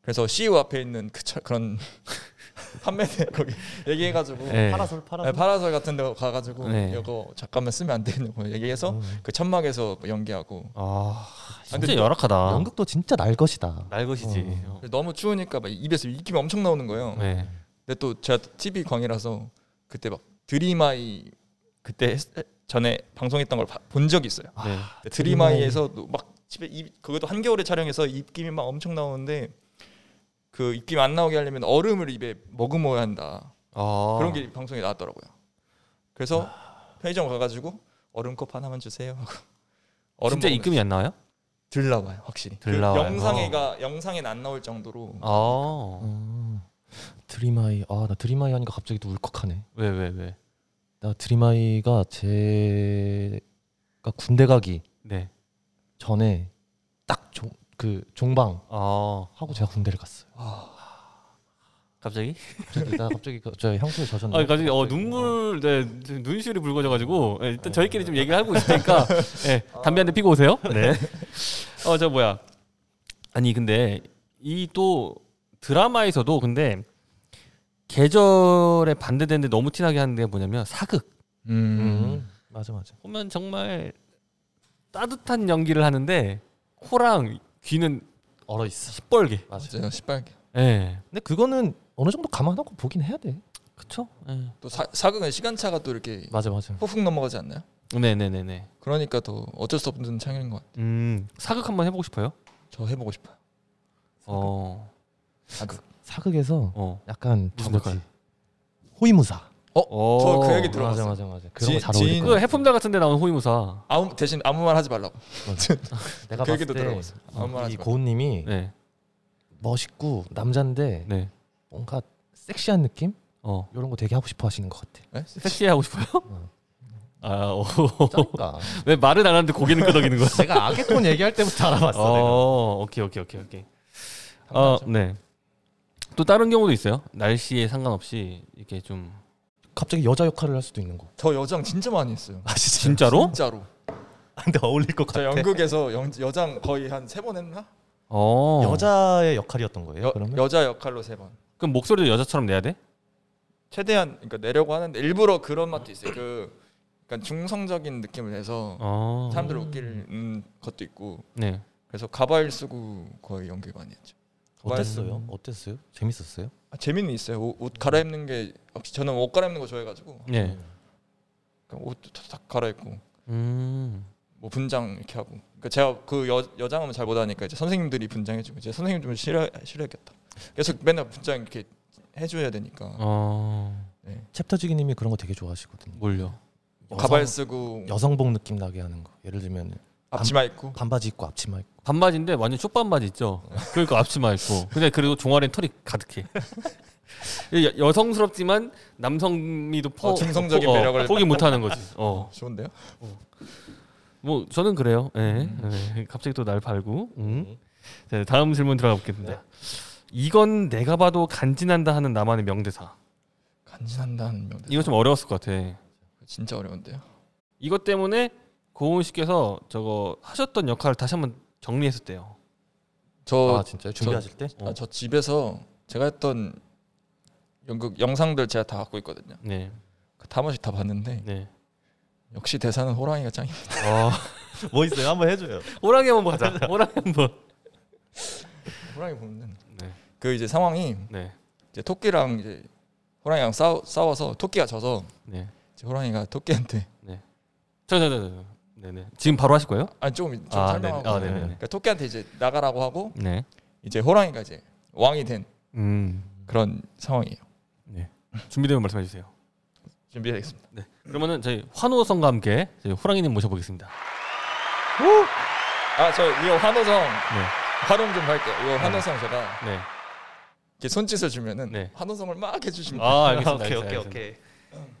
Speaker 3: 그래서 CU 앞에 있는 그 차, 그런 판매대 거기 얘기해가지고
Speaker 2: 예.
Speaker 1: 네.
Speaker 2: 파라솔
Speaker 3: 네,
Speaker 2: 파라솔.
Speaker 3: 파라솔 같은 데 가가지고
Speaker 1: 네.
Speaker 3: 이거 잠깐만 쓰면 안 되냐고 얘기해서
Speaker 2: 음.
Speaker 3: 그 천막에서 연기하고
Speaker 1: 아
Speaker 3: 근데
Speaker 1: 진짜 열악하다.
Speaker 2: 연극도 진짜 날 것이다.
Speaker 1: 날 것이지.
Speaker 2: 어.
Speaker 3: 그래서 너무 추우니까 막 입에서 입김이 엄청 나오는 거예요.
Speaker 1: 네.
Speaker 3: 근데 또 제가 TV 광이라서 그때 막 드림아이 그때 했- 전에 방송했던 걸 본 적이 있어요.
Speaker 1: 네.
Speaker 3: 근데 드림아이에서도 막 집에 입 그것도 한겨울에 촬영해서 입김이 막 엄청 나오는데 그 입김 안 나오게 하려면 얼음을 입에 머금어야 한다
Speaker 2: 어.
Speaker 1: 아.
Speaker 3: 그런 게 방송에 나왔더라고요. 그래서
Speaker 2: 아.
Speaker 3: 편의점 가가지고 얼음컵 하나만 주세요 하고 얼음
Speaker 1: 진짜 입금이 안 나와요?
Speaker 3: 들나와요 확실히 그
Speaker 1: 들나와요.
Speaker 2: 어.
Speaker 3: 영상에가 영상엔 안 나올 정도로
Speaker 1: 아.
Speaker 2: 음. 드림아이. 아 나 드림아이 하니까 갑자기 또 울컥하네.
Speaker 1: 왜 왜 왜?
Speaker 2: 나 드림아이가 제가 군대 가기
Speaker 1: 네.
Speaker 2: 전에 딱 종 그 종방
Speaker 1: 아.
Speaker 2: 하고 제가 군대를 갔어요.
Speaker 1: 갑자기?
Speaker 2: 갑자기 나 갑자기 그- 저 향수에 젖었네.
Speaker 1: 아, 갑자기 어 눈물, 네 눈시울이 붉어져가지고 예, 일단 저희끼리 좀 얘기를 하고 있으니까 예, 담배 한 대 피고 오세요. 네. 어 저 뭐야? 아니 근데 이 또 드라마에서도 근데 계절에 반대되는데 너무 티나게 하는 게 뭐냐면 사극.
Speaker 2: 음. 맞아 맞아.
Speaker 1: 보면 정말 따뜻한 연기를 하는데 코랑 귀는
Speaker 2: 얼어 있어.
Speaker 1: 시뻘게.
Speaker 2: 맞아.
Speaker 3: 맞아요 시뻘게
Speaker 1: 예.
Speaker 2: 근데 그거는 어느 정도 감안하고 보긴 해야 돼.
Speaker 1: 그쵸? 예.
Speaker 3: 또 사, 사극은 시간차가 또 이렇게
Speaker 2: 맞아 맞아.
Speaker 3: 폭풍 넘어가지 않나요?
Speaker 1: 네네네네.
Speaker 3: 그러니까 또 어쩔 수 없는 창의인 것 같아요
Speaker 1: 음 사극 한번 해보고 싶어요.
Speaker 3: 저 해보고 싶어요
Speaker 1: 어.
Speaker 3: 사극
Speaker 2: 사극에서
Speaker 1: 어.
Speaker 2: 약간
Speaker 1: 무슨
Speaker 2: 누구지?
Speaker 1: 역할?
Speaker 2: 호위무사.
Speaker 3: 저 그 얘기
Speaker 1: 어.
Speaker 3: 들어봤어요.
Speaker 2: 맞아 맞아 맞아. 그런
Speaker 3: 지-
Speaker 2: 거잘 어울릴
Speaker 3: 지인-
Speaker 2: 것
Speaker 1: 그
Speaker 2: 같아.
Speaker 1: 해품달 같은 데 나온 호위무사.
Speaker 3: 아무 대신 아무 말 하지 말라고
Speaker 2: 아, 내가
Speaker 3: 그
Speaker 2: 봤을
Speaker 3: 얘기도
Speaker 2: 때
Speaker 3: 들어봤어요 아무 말
Speaker 2: 이
Speaker 3: 하지 말라고
Speaker 2: 고은님이
Speaker 1: 네.
Speaker 2: 멋있고 남잔데
Speaker 1: 네.
Speaker 2: 뭔가 섹시한 느낌?
Speaker 1: 어.
Speaker 2: 이런 거 되게 하고 싶어 하시는 것 같아.
Speaker 3: 네?
Speaker 1: 섹시하고 싶어요?
Speaker 2: 응.
Speaker 1: 아, 어.
Speaker 2: 그러니까
Speaker 1: 왜 말은 안 하는데 고개는 끄덕이는 거야?
Speaker 2: 내가 아개콘 얘기할 때부터 알아봤어. 내가.
Speaker 1: 어, 오케이, 오케이, 오케이, 오케이. 어, 네. 또 다른 경우도 있어요. 날씨에 상관없이 이렇게 좀
Speaker 2: 갑자기 여자 역할을 할 수도 있는 거.
Speaker 3: 저 여장 진짜 많이 했어요
Speaker 2: 아 진짜?
Speaker 1: 진짜로?
Speaker 3: 진짜로
Speaker 2: 아, 근데 어울릴 것
Speaker 3: 저
Speaker 2: 같아.
Speaker 3: 연극에서 영, 여장 거의 한 세 번 했나?
Speaker 1: 어.
Speaker 2: 여자의 역할이었던 거예요?
Speaker 3: 여,
Speaker 2: 그러면
Speaker 3: 여자 역할로 세 번.
Speaker 1: 그럼 목소리도 여자처럼 내야 돼?
Speaker 3: 최대한 그러니까 내려고 하는데 일부러 그런 맛도 있어요. 그 그러니까 중성적인 느낌을 내서
Speaker 1: 어.
Speaker 3: 사람들 을 웃기는 것도 있고
Speaker 1: 네.
Speaker 3: 그래서 가발 쓰고 거의 연기 많이 했죠.
Speaker 2: 어땠어요? 어땠어요? 재밌었어요?
Speaker 3: 아, 재미는 있어요. 옷, 옷 갈아입는 게 역시 저는 옷 갈아입는 거 좋아해가지고
Speaker 2: 예.
Speaker 1: 네.
Speaker 2: 음.
Speaker 3: 그러니까 옷도 탁 갈아입고
Speaker 1: 음.
Speaker 3: 뭐 분장 이렇게 하고. 그러니까 제가 그 여, 여장하면 잘 못하니까 이제 선생님들이 분장해주고 이제 선생님 좀 싫어 싫어했겠다. 계속 맨날 분장 이렇게 해줘야 되니까
Speaker 1: 어.
Speaker 3: 네.
Speaker 2: 챕터지기님이 그런 거 되게 좋아하시거든요.
Speaker 1: 뭘요?
Speaker 2: 여성-
Speaker 3: 가발 쓰고
Speaker 2: 여성복 느낌 나게 하는 거. 예를 들면
Speaker 3: 앞치마 입고
Speaker 2: 반바지 입고 앞치마 입고.
Speaker 1: 반바지인데 완전 쪽반바지 있죠. 그러니까 앞치마 있고. 근데 그리고 종아리엔 털이 가득해. 여- 여성스럽지만 남성미도 포,
Speaker 3: 어, 중성적인
Speaker 1: 포- 어,
Speaker 3: 매력을
Speaker 1: 포기 못하는 거지. 어.
Speaker 3: 좋은데요?
Speaker 1: 뭐 저는 그래요. 예. 예. 갑자기 또 날 팔고. 음. 자, 다음 질문 들어가 보겠습니다. 이건 내가 봐도 간지난다 하는 나만의 명대사.
Speaker 3: 간지난다는 명대.
Speaker 1: 이거 좀 어려웠을 것 같아.
Speaker 3: 진짜 어려운데요.
Speaker 1: 이것 때문에 고은 씨께서 저거 하셨던 역할을 다시 한번 정리했었대요.
Speaker 3: 저
Speaker 2: 아 진짜요? 준비하실 때?
Speaker 1: 어.
Speaker 3: 아, 저 집에서 제가 했던 연극 영상들 제가 다 갖고 있거든요.
Speaker 1: 네.
Speaker 3: 그다 번씩 다 봤는데
Speaker 1: 네.
Speaker 3: 역시 대사는 호랑이가 짱입니다.
Speaker 1: 어.
Speaker 2: 뭐 있어요? 한번 해줘요.
Speaker 1: 호랑이 한번 보자. 호랑이 한번.
Speaker 3: 호랑이 보면은
Speaker 1: 네.
Speaker 3: 그 이제 상황이
Speaker 1: 네.
Speaker 3: 이제 토끼랑 이제 호랑이랑 싸우, 싸워서 토끼가 져서
Speaker 1: 네.
Speaker 3: 이제 호랑이가 토끼한테
Speaker 1: 저저저 네네. 지금 바로 하실 거예요?
Speaker 3: 아니 조금 좀
Speaker 1: 아,
Speaker 3: 설명하고
Speaker 1: 네네. 아, 네네네.
Speaker 3: 그러니까 토끼한테 이제 나가라고 하고
Speaker 1: 네.
Speaker 3: 이제 호랑이가 이제 왕이 된
Speaker 1: 음.
Speaker 3: 그런 상황이에요.
Speaker 1: 준비되면 말씀해 주세요.
Speaker 3: 준비하겠습니다.
Speaker 1: 그러면은 저희 환호성과 함께 저희 호랑이님 모셔보겠습니다.
Speaker 3: 아 저 이거 환호성
Speaker 1: 네, 아,
Speaker 3: 활용 좀 할게요. 이거 환호성 제가
Speaker 1: 네.
Speaker 3: 이렇게 손짓을 주면은
Speaker 1: 네.
Speaker 3: 환호성을 막 해주시면 돼요.
Speaker 1: 아
Speaker 4: 오케이
Speaker 1: 알겠습니다. 알겠습니다,
Speaker 4: 오케이
Speaker 1: 알겠습니다.
Speaker 4: 오케이.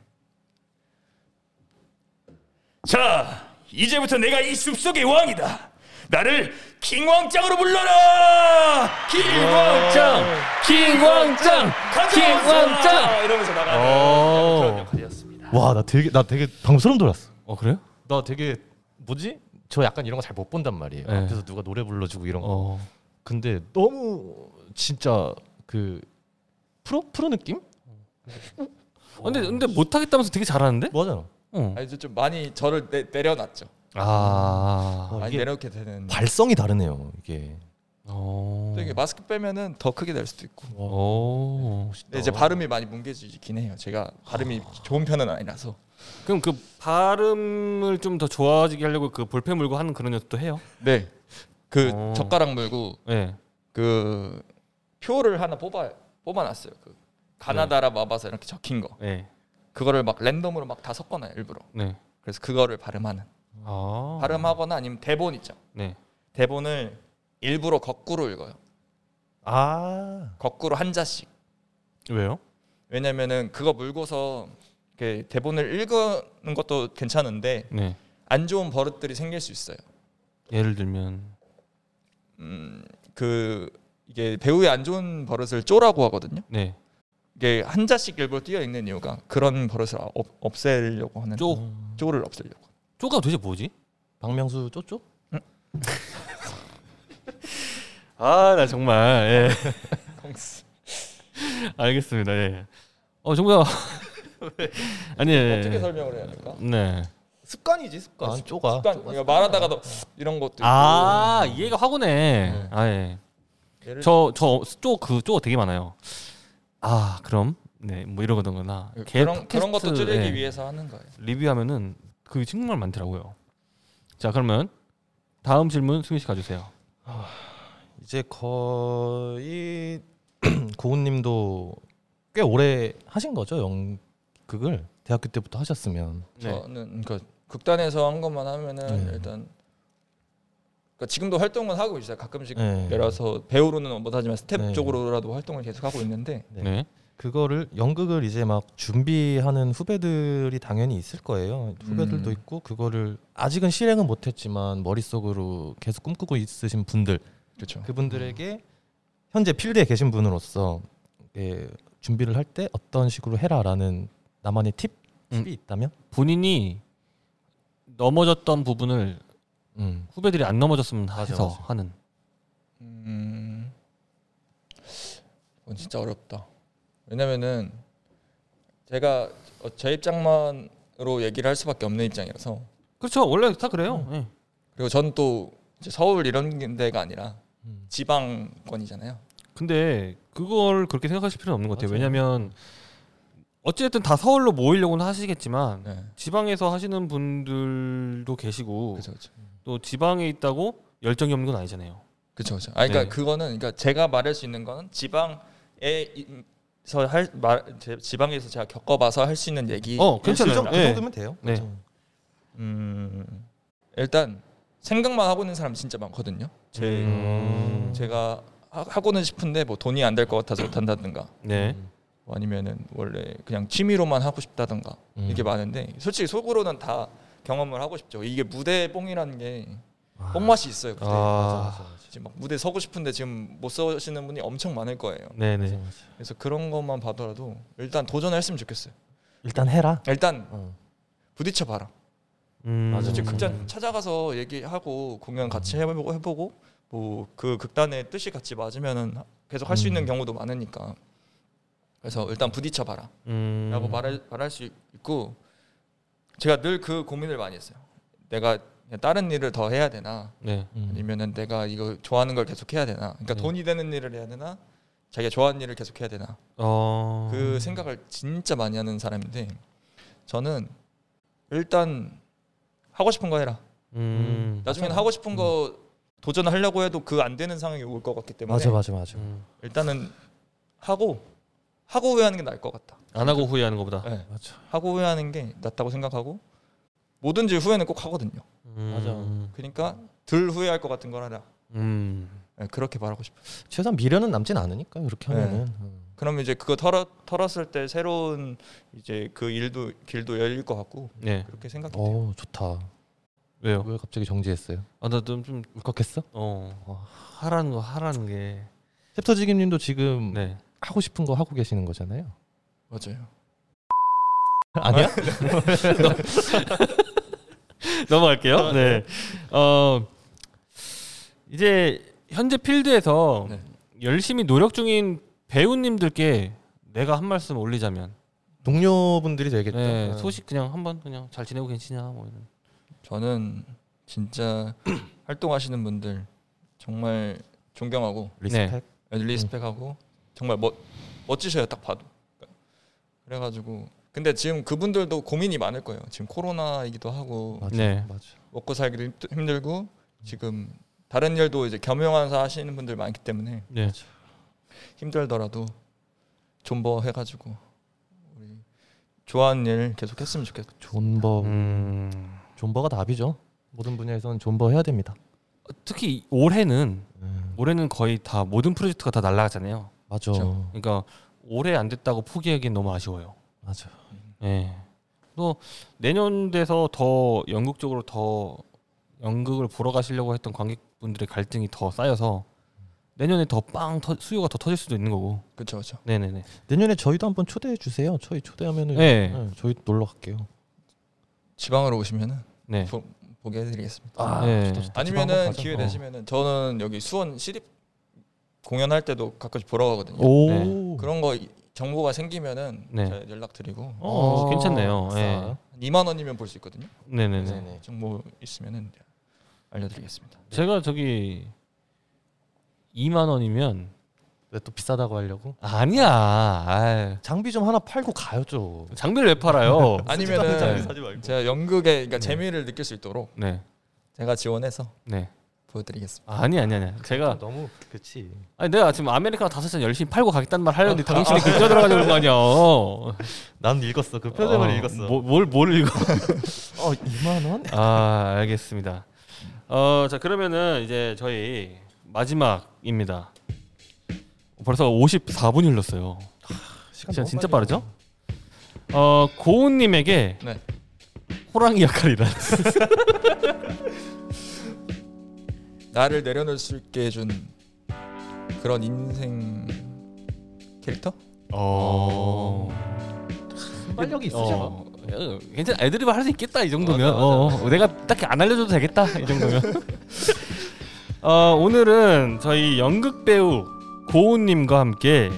Speaker 5: 자, 이제부터 내가 이 숲속의 왕이다. 나를 킹왕짱으로 불러라. 킹왕짱, 킹왕짱, 킹왕짱.
Speaker 3: 아, 이러면서 나가는
Speaker 1: 어.
Speaker 3: 그런
Speaker 1: 오.
Speaker 3: 역할이었습니다.
Speaker 2: 어. 와 나 되게 나 되게 방금 소름 돋았어.
Speaker 1: 어 그래요?
Speaker 2: 나 되게 뭐지? 저 약간 이런 거 잘 못 본단 말이에요.
Speaker 1: 네.
Speaker 2: 앞에서 누가 노래 불러주고 이런 거.
Speaker 1: 어.
Speaker 2: 근데 너무 진짜 그 프로 프로 느낌?
Speaker 1: 어, 근데 근데 못하겠다면서 되게 잘하는데? 어.
Speaker 2: 뭐잖아.
Speaker 1: 응.
Speaker 3: 아, 이제 좀 많이 저를 내, 내려놨죠.
Speaker 1: 아.
Speaker 2: 어,
Speaker 3: 많이
Speaker 2: 이게
Speaker 3: 내려놓게 되는.
Speaker 2: 발성이 다르네요. 이게
Speaker 1: 어.
Speaker 3: 또 이게 마스크 빼면은 더 크게 될 수도 있고.
Speaker 1: 오.
Speaker 3: 근데 이제 발음이 많이 뭉개지긴 해요. 제가 발음이
Speaker 1: 아.
Speaker 3: 좋은 편은 아니라서.
Speaker 1: 그럼 그 발음을 좀 더 좋아지게 하려고 그 볼펜 물고 하는 그런 연습도 해요?
Speaker 3: 네. 그
Speaker 1: 어.
Speaker 3: 젓가락 물고
Speaker 1: 네.
Speaker 3: 그 표를 하나 뽑아 뽑아놨어요. 그 가나다라 마바사 이렇게 적힌 거.
Speaker 1: 네.
Speaker 3: 그거를 막 랜덤으로 막 다 섞어놔요 일부러.
Speaker 1: 네.
Speaker 3: 그래서 그거를 발음하는.
Speaker 1: 아.
Speaker 3: 발음하거나 아니면 대본 있죠.
Speaker 1: 네.
Speaker 3: 대본을 일부러 거꾸로 읽어요.
Speaker 2: 아
Speaker 3: 거꾸로 한자씩.
Speaker 1: 왜요?
Speaker 3: 왜냐면은 그거 물고서 이렇게 대본을 읽는 것도 괜찮은데
Speaker 1: 네.
Speaker 3: 안 좋은 버릇들이 생길 수 있어요.
Speaker 1: 예를 들면
Speaker 3: 그 이게 배우의 안 좋은 버릇을 쪼라고 하거든요.
Speaker 1: 네.
Speaker 3: 이게 한자씩 일부러 뛰어 있는 이유가 그런 버릇을 아, 없, 없애려고 하는
Speaker 1: 쪼
Speaker 3: 쪼를 없애려고.
Speaker 1: 쪼가 도대체 뭐지?
Speaker 2: 박명수 쪼쪼?
Speaker 1: 아 나 정말 예. 알겠습니다. 예. 어 정답. 아니 예.
Speaker 3: 어떻게 설명을 해야 될까?
Speaker 1: 네.
Speaker 3: 습관이지 습관.
Speaker 2: 아 쪼가.
Speaker 3: 습관. 그러니까 말하다가도 이런 것도 있고.
Speaker 1: 아 이해가 확오네. 아 예.
Speaker 3: 예를
Speaker 1: 저저쪼그쪼 되게 많아요. 아 그럼 네뭐 이런 거던거나
Speaker 3: 그-
Speaker 1: 개
Speaker 3: 그런 그런 것도
Speaker 1: 팟캐스트,
Speaker 3: 줄이기
Speaker 1: 예,
Speaker 3: 위해서 하는 거예요.
Speaker 1: 리뷰하면은 그게 정말 많더라고요. 자 그러면 다음 질문 승민 씨 가주세요.
Speaker 2: 이제 거의 고은님도 꽤 오래 하신 거죠 연극을 대학교 때부터 하셨으면
Speaker 1: 네.
Speaker 3: 저는 그 극단에서 한 것만 하면은
Speaker 2: 네.
Speaker 3: 일단 그러니까 지금도 활동은 하고 있어요. 가끔씩
Speaker 2: 네.
Speaker 3: 내려서 배우로는 못하지만 스텝
Speaker 2: 네.
Speaker 3: 쪽으로라도 활동을 계속 하고 있는데
Speaker 2: 네.
Speaker 1: 네.
Speaker 2: 그거를 연극을 이제 막 준비하는 후배들이 당연히 있을 거예요 후배들도
Speaker 3: 음.
Speaker 2: 있고 그거를 아직은 실행은 못했지만 머릿속으로 계속 꿈꾸고 있으신 분들
Speaker 3: 그렇죠.
Speaker 1: 음.
Speaker 2: 그분들에게 현재 필드에 계신 분으로서 예, 준비를 할 때 어떤 식으로 해라라는 나만의 팁
Speaker 1: 음.
Speaker 2: 팁이 있다면
Speaker 1: 본인이 넘어졌던 부분을
Speaker 2: 음.
Speaker 1: 후배들이 안 넘어졌으면
Speaker 2: 맞아,
Speaker 1: 해서
Speaker 2: 맞아.
Speaker 1: 하는.
Speaker 3: 음, 이건 진짜 어렵다. 왜냐면은 제가 어, 제 입장만으로 얘기를 할 수밖에 없는 입장이라서
Speaker 1: 그렇죠. 원래 다 그래요. 예.
Speaker 3: 그리고 전 또 서울 이런 데가 아니라 지방권이잖아요.
Speaker 1: 근데 그걸 그렇게 생각하실 필요는 없는 것 같아요.
Speaker 2: 맞아요.
Speaker 1: 왜냐하면 어쨌든 다 서울로 모이려고는 하시겠지만
Speaker 3: 네,
Speaker 1: 지방에서 하시는 분들도 계시고
Speaker 3: 그렇죠, 그렇죠,
Speaker 1: 또 지방에 있다고 열정이 없는 건 아니잖아요.
Speaker 3: 그렇죠. 그렇죠. 아, 그러니까
Speaker 1: 네.
Speaker 3: 그거는 그러니까 제가 말할 수 있는 거는 지방에서 할 말, 제- 지방에서 제가 겪어봐서 할 수 있는 얘기.
Speaker 1: 어,
Speaker 2: 그
Speaker 1: 괜찮아요.
Speaker 2: 정도- 그
Speaker 1: 예.
Speaker 2: 정도면 돼요
Speaker 1: 네.
Speaker 2: 그죠?
Speaker 3: 음, 일단 생각만 하고 있는 사람 진짜 많거든요. 제
Speaker 1: 음.
Speaker 3: 제가 하- 하고는 싶은데 뭐 돈이 안 될 것 같아서 못 한다든가
Speaker 1: 네.
Speaker 2: 음.
Speaker 3: 뭐 아니면은 원래 그냥 취미로만 하고 싶다든가
Speaker 2: 음.
Speaker 3: 이게 많은데 솔직히 속으로는 다 경험을 하고 싶죠. 이게 무대 뽕이라는 게 뽕맛이 있어요. 무대.
Speaker 1: 아,
Speaker 3: 지금 막 무대 서고 싶은데 지금 못 서시는 분이 엄청 많을 거예요.
Speaker 1: 네네.
Speaker 3: 그래서 그런 것만 봐더라도 일단 도전했으면 좋겠어요.
Speaker 2: 일단 해라.
Speaker 3: 일단
Speaker 2: 어.
Speaker 3: 부딪혀 봐라.
Speaker 1: 음.
Speaker 2: 맞아,
Speaker 3: 솔직히
Speaker 2: 음.
Speaker 3: 극장 찾아가서 얘기하고 공연 같이 해보고 해보고 뭐 그 극단의 뜻이 같이 맞으면은 계속 할 수 있는 경우도 많으니까 그래서 일단 부딪혀 봐라
Speaker 1: 음.
Speaker 3: 라고 말할, 말할 수 있고 제가 늘 그 고민을 많이 했어요 내가 그냥 다른 일을 더 해야 되나
Speaker 1: 네.
Speaker 2: 음.
Speaker 3: 아니면은 내가 이거 좋아하는 걸 계속 해야 되나 그러니까 돈이 되는 일을 해야 되나 자기가 좋아하는 일을 계속 해야 되나
Speaker 1: 어.
Speaker 3: 그 생각을 진짜 많이 하는 사람인데 저는 일단 하고 싶은 거 해라
Speaker 1: 음.
Speaker 3: 나중에는 하고 싶은 거
Speaker 1: 네.
Speaker 3: 도전하려고 해도 그 안 되는 상황이 올 것 같기 때문에
Speaker 2: 맞아 맞아 맞아.
Speaker 1: 음.
Speaker 3: 일단은 하고 하고 후회하는 게 나을 것 같다.
Speaker 1: 안 하고 후회하는 것보다.
Speaker 3: 네.
Speaker 2: 맞아.
Speaker 3: 하고 후회하는 게 낫다고 생각하고 뭐든지 후회는 꼭 하거든요.
Speaker 1: 음.
Speaker 3: 그러니까 덜 후회할 것 같은 걸 하라.
Speaker 1: 음.
Speaker 3: 네, 그렇게 말하고 싶어요.
Speaker 2: 최소한 미련은 남진 않으니까 그렇게
Speaker 3: 네.
Speaker 2: 하면은 음.
Speaker 3: 그러면 이제 그거 털어, 털었을 때 새로운 이제 그 일도 길도 열릴 것 같고
Speaker 1: 네.
Speaker 3: 그렇게 생각이 돼요.
Speaker 2: 어 좋다.
Speaker 1: 왜요?
Speaker 2: 왜 갑자기 정지했어요?
Speaker 1: 아, 나좀 좀,
Speaker 2: 울컥했어?
Speaker 1: 어. 하라는 거 하라는 게.
Speaker 2: 챕터지김님도 지금
Speaker 1: 네.
Speaker 2: 하고 싶은 거 하고 계시는 거잖아요.
Speaker 3: 맞아요.
Speaker 2: 아니야?
Speaker 1: 넘어갈게요. 네. 어 이제 현재 필드에서
Speaker 3: 네.
Speaker 1: 열심히 노력 중인 배우님들께 내가 한 말씀 올리자면
Speaker 2: 동료분들이 되겠다.
Speaker 1: 네,
Speaker 2: 음.
Speaker 1: 소식 그냥 한번 그냥 잘 지내고 계시냐 뭐 이런.
Speaker 3: 저는 진짜 활동하시는 분들 정말 존경하고
Speaker 2: 네. 리스펙.
Speaker 1: 네.
Speaker 3: 리스펙하고 정말 멋 멋지셔요 딱 봐도 그래가지고 근데 지금 그분들도 고민이 많을 거예요 지금 코로나이기도 하고
Speaker 2: 맞아.
Speaker 1: 네.
Speaker 2: 맞아.
Speaker 3: 먹고 살기도 힘- 힘들고 지금 다른 일도 이제 겸용한사 하시는 분들 많기 때문에
Speaker 1: 네.
Speaker 3: 힘들더라도 존버 해가지고 우리 좋아하는 일 계속했으면 좋겠어
Speaker 2: 존버.
Speaker 1: 음,
Speaker 2: 존버가 답이죠. 모든 분야에서는 존버 해야 됩니다.
Speaker 1: 특히 올해는
Speaker 2: 음.
Speaker 1: 올해는 거의 다 모든 프로젝트가 다 날라갔잖아요.
Speaker 2: 맞아.
Speaker 3: 그쵸.
Speaker 1: 그러니까 올해 안 됐다고 포기하기엔 너무 아쉬워요.
Speaker 2: 맞아.
Speaker 1: 예. 또 내년 돼서 더 연극 쪽으로 더 연극을 보러 가시려고 했던 관객분들의 갈등이 더 쌓여서 내년에 더 빵 수요가 더 터질 수도 있는 거고.
Speaker 3: 그쵸 그쵸
Speaker 1: 네네네.
Speaker 2: 내년에 저희도 한번 초대해 주세요. 저희 초대하면은
Speaker 1: 네.
Speaker 2: 네, 저희 놀러 갈게요.
Speaker 3: 지방으로 오시면은
Speaker 1: 네.
Speaker 3: 보, 보게 해드리겠습니다
Speaker 2: 아,
Speaker 1: 네.
Speaker 2: 좋다, 좋다. 지방
Speaker 3: 아니면은
Speaker 2: 가자.
Speaker 3: 기회
Speaker 2: 어.
Speaker 3: 되시면은 저는 여기 수원 시립 공연할 때도 가끔씩 보러 가거든요
Speaker 2: 오.
Speaker 1: 네.
Speaker 3: 그런 거 이- 정보가 생기면은
Speaker 1: 네.
Speaker 3: 제가 연락드리고
Speaker 1: 어, 괜찮네요.
Speaker 2: 싸요.
Speaker 1: 예.
Speaker 3: 한 2만 원이면 볼 수 있거든요.
Speaker 1: 네네네.
Speaker 2: 네네.
Speaker 3: 정보 있으면은 알려드리겠습니다.
Speaker 1: 제가 저기 2만 원이면
Speaker 2: 왜 또 비싸다고 하려고?
Speaker 1: 아니야. 아유.
Speaker 2: 장비 좀 하나 팔고 가야죠.
Speaker 1: 장비를 왜 팔아요?
Speaker 3: 아니면은
Speaker 2: 사지 말고.
Speaker 3: 제가 연극에 그러니까 재미를 느낄 수 있도록
Speaker 1: 네.
Speaker 3: 제가 지원해서
Speaker 1: 네.
Speaker 3: 보여드리겠습니다.
Speaker 1: 아니 아니 아니. 제가
Speaker 2: 너무 그렇지.
Speaker 1: 아니 내가 지금 아메리카노 다섯 잔 열심히 팔고 가겠다는 말 하려는데 당신이 그 껴들어가지고 그런 거 아니야.
Speaker 2: 난 읽었어. 그
Speaker 1: 어, 뭐- 뭘, 뭘 읽어?
Speaker 2: 어, 2만 원?
Speaker 1: 아, 알겠습니다. 어, 자, 그러면은 이제 저희 마지막입니다. 벌써 54분이 흘렀어요.
Speaker 2: 시간
Speaker 1: 시간
Speaker 2: 너무
Speaker 1: 진짜
Speaker 2: 빨리
Speaker 1: 빠르죠? 어, 고은님에게
Speaker 3: 네.
Speaker 1: 호랑이 역할이라.
Speaker 3: 나를 내려놓을 수 있게 해준 그런 인생 캐릭터?
Speaker 1: 어.
Speaker 2: 활력이 아, 있으셔.
Speaker 1: 어. 괜찮 애드립 할수 있겠다 이 정도면 어, 어, 내가 딱히 안 알려줘도 되겠다 이 정도면 어, 오늘은 저희 연극 배우 고은님과 함께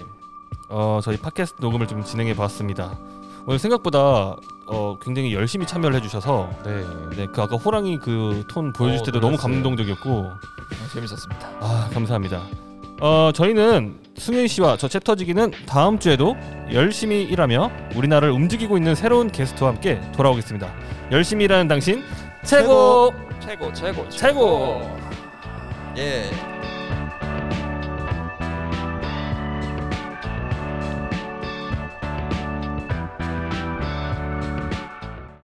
Speaker 1: 어, 저희 팟캐스트 녹음을 좀 진행해 봤습니다 오늘 생각보다 어, 굉장히 열심히 참여를 해주셔서
Speaker 2: 네.
Speaker 1: 네, 그 아까 호랑이 그 톤 보여주실
Speaker 2: 어,
Speaker 1: 때도 너무
Speaker 2: 놀랐어요.
Speaker 1: 감동적이었고
Speaker 3: 아, 재밌었습니다.
Speaker 1: 아 감사합니다. 어 저희는 승윤 씨와 저 챕터지기는 다음 주에도 열심히 일하며 우리나라를 움직이고 있는 새로운 게스트와 함께 돌아오겠습니다. 열심히 일하는 당신 최고!
Speaker 3: 최고 최고
Speaker 1: 최고!
Speaker 3: 예.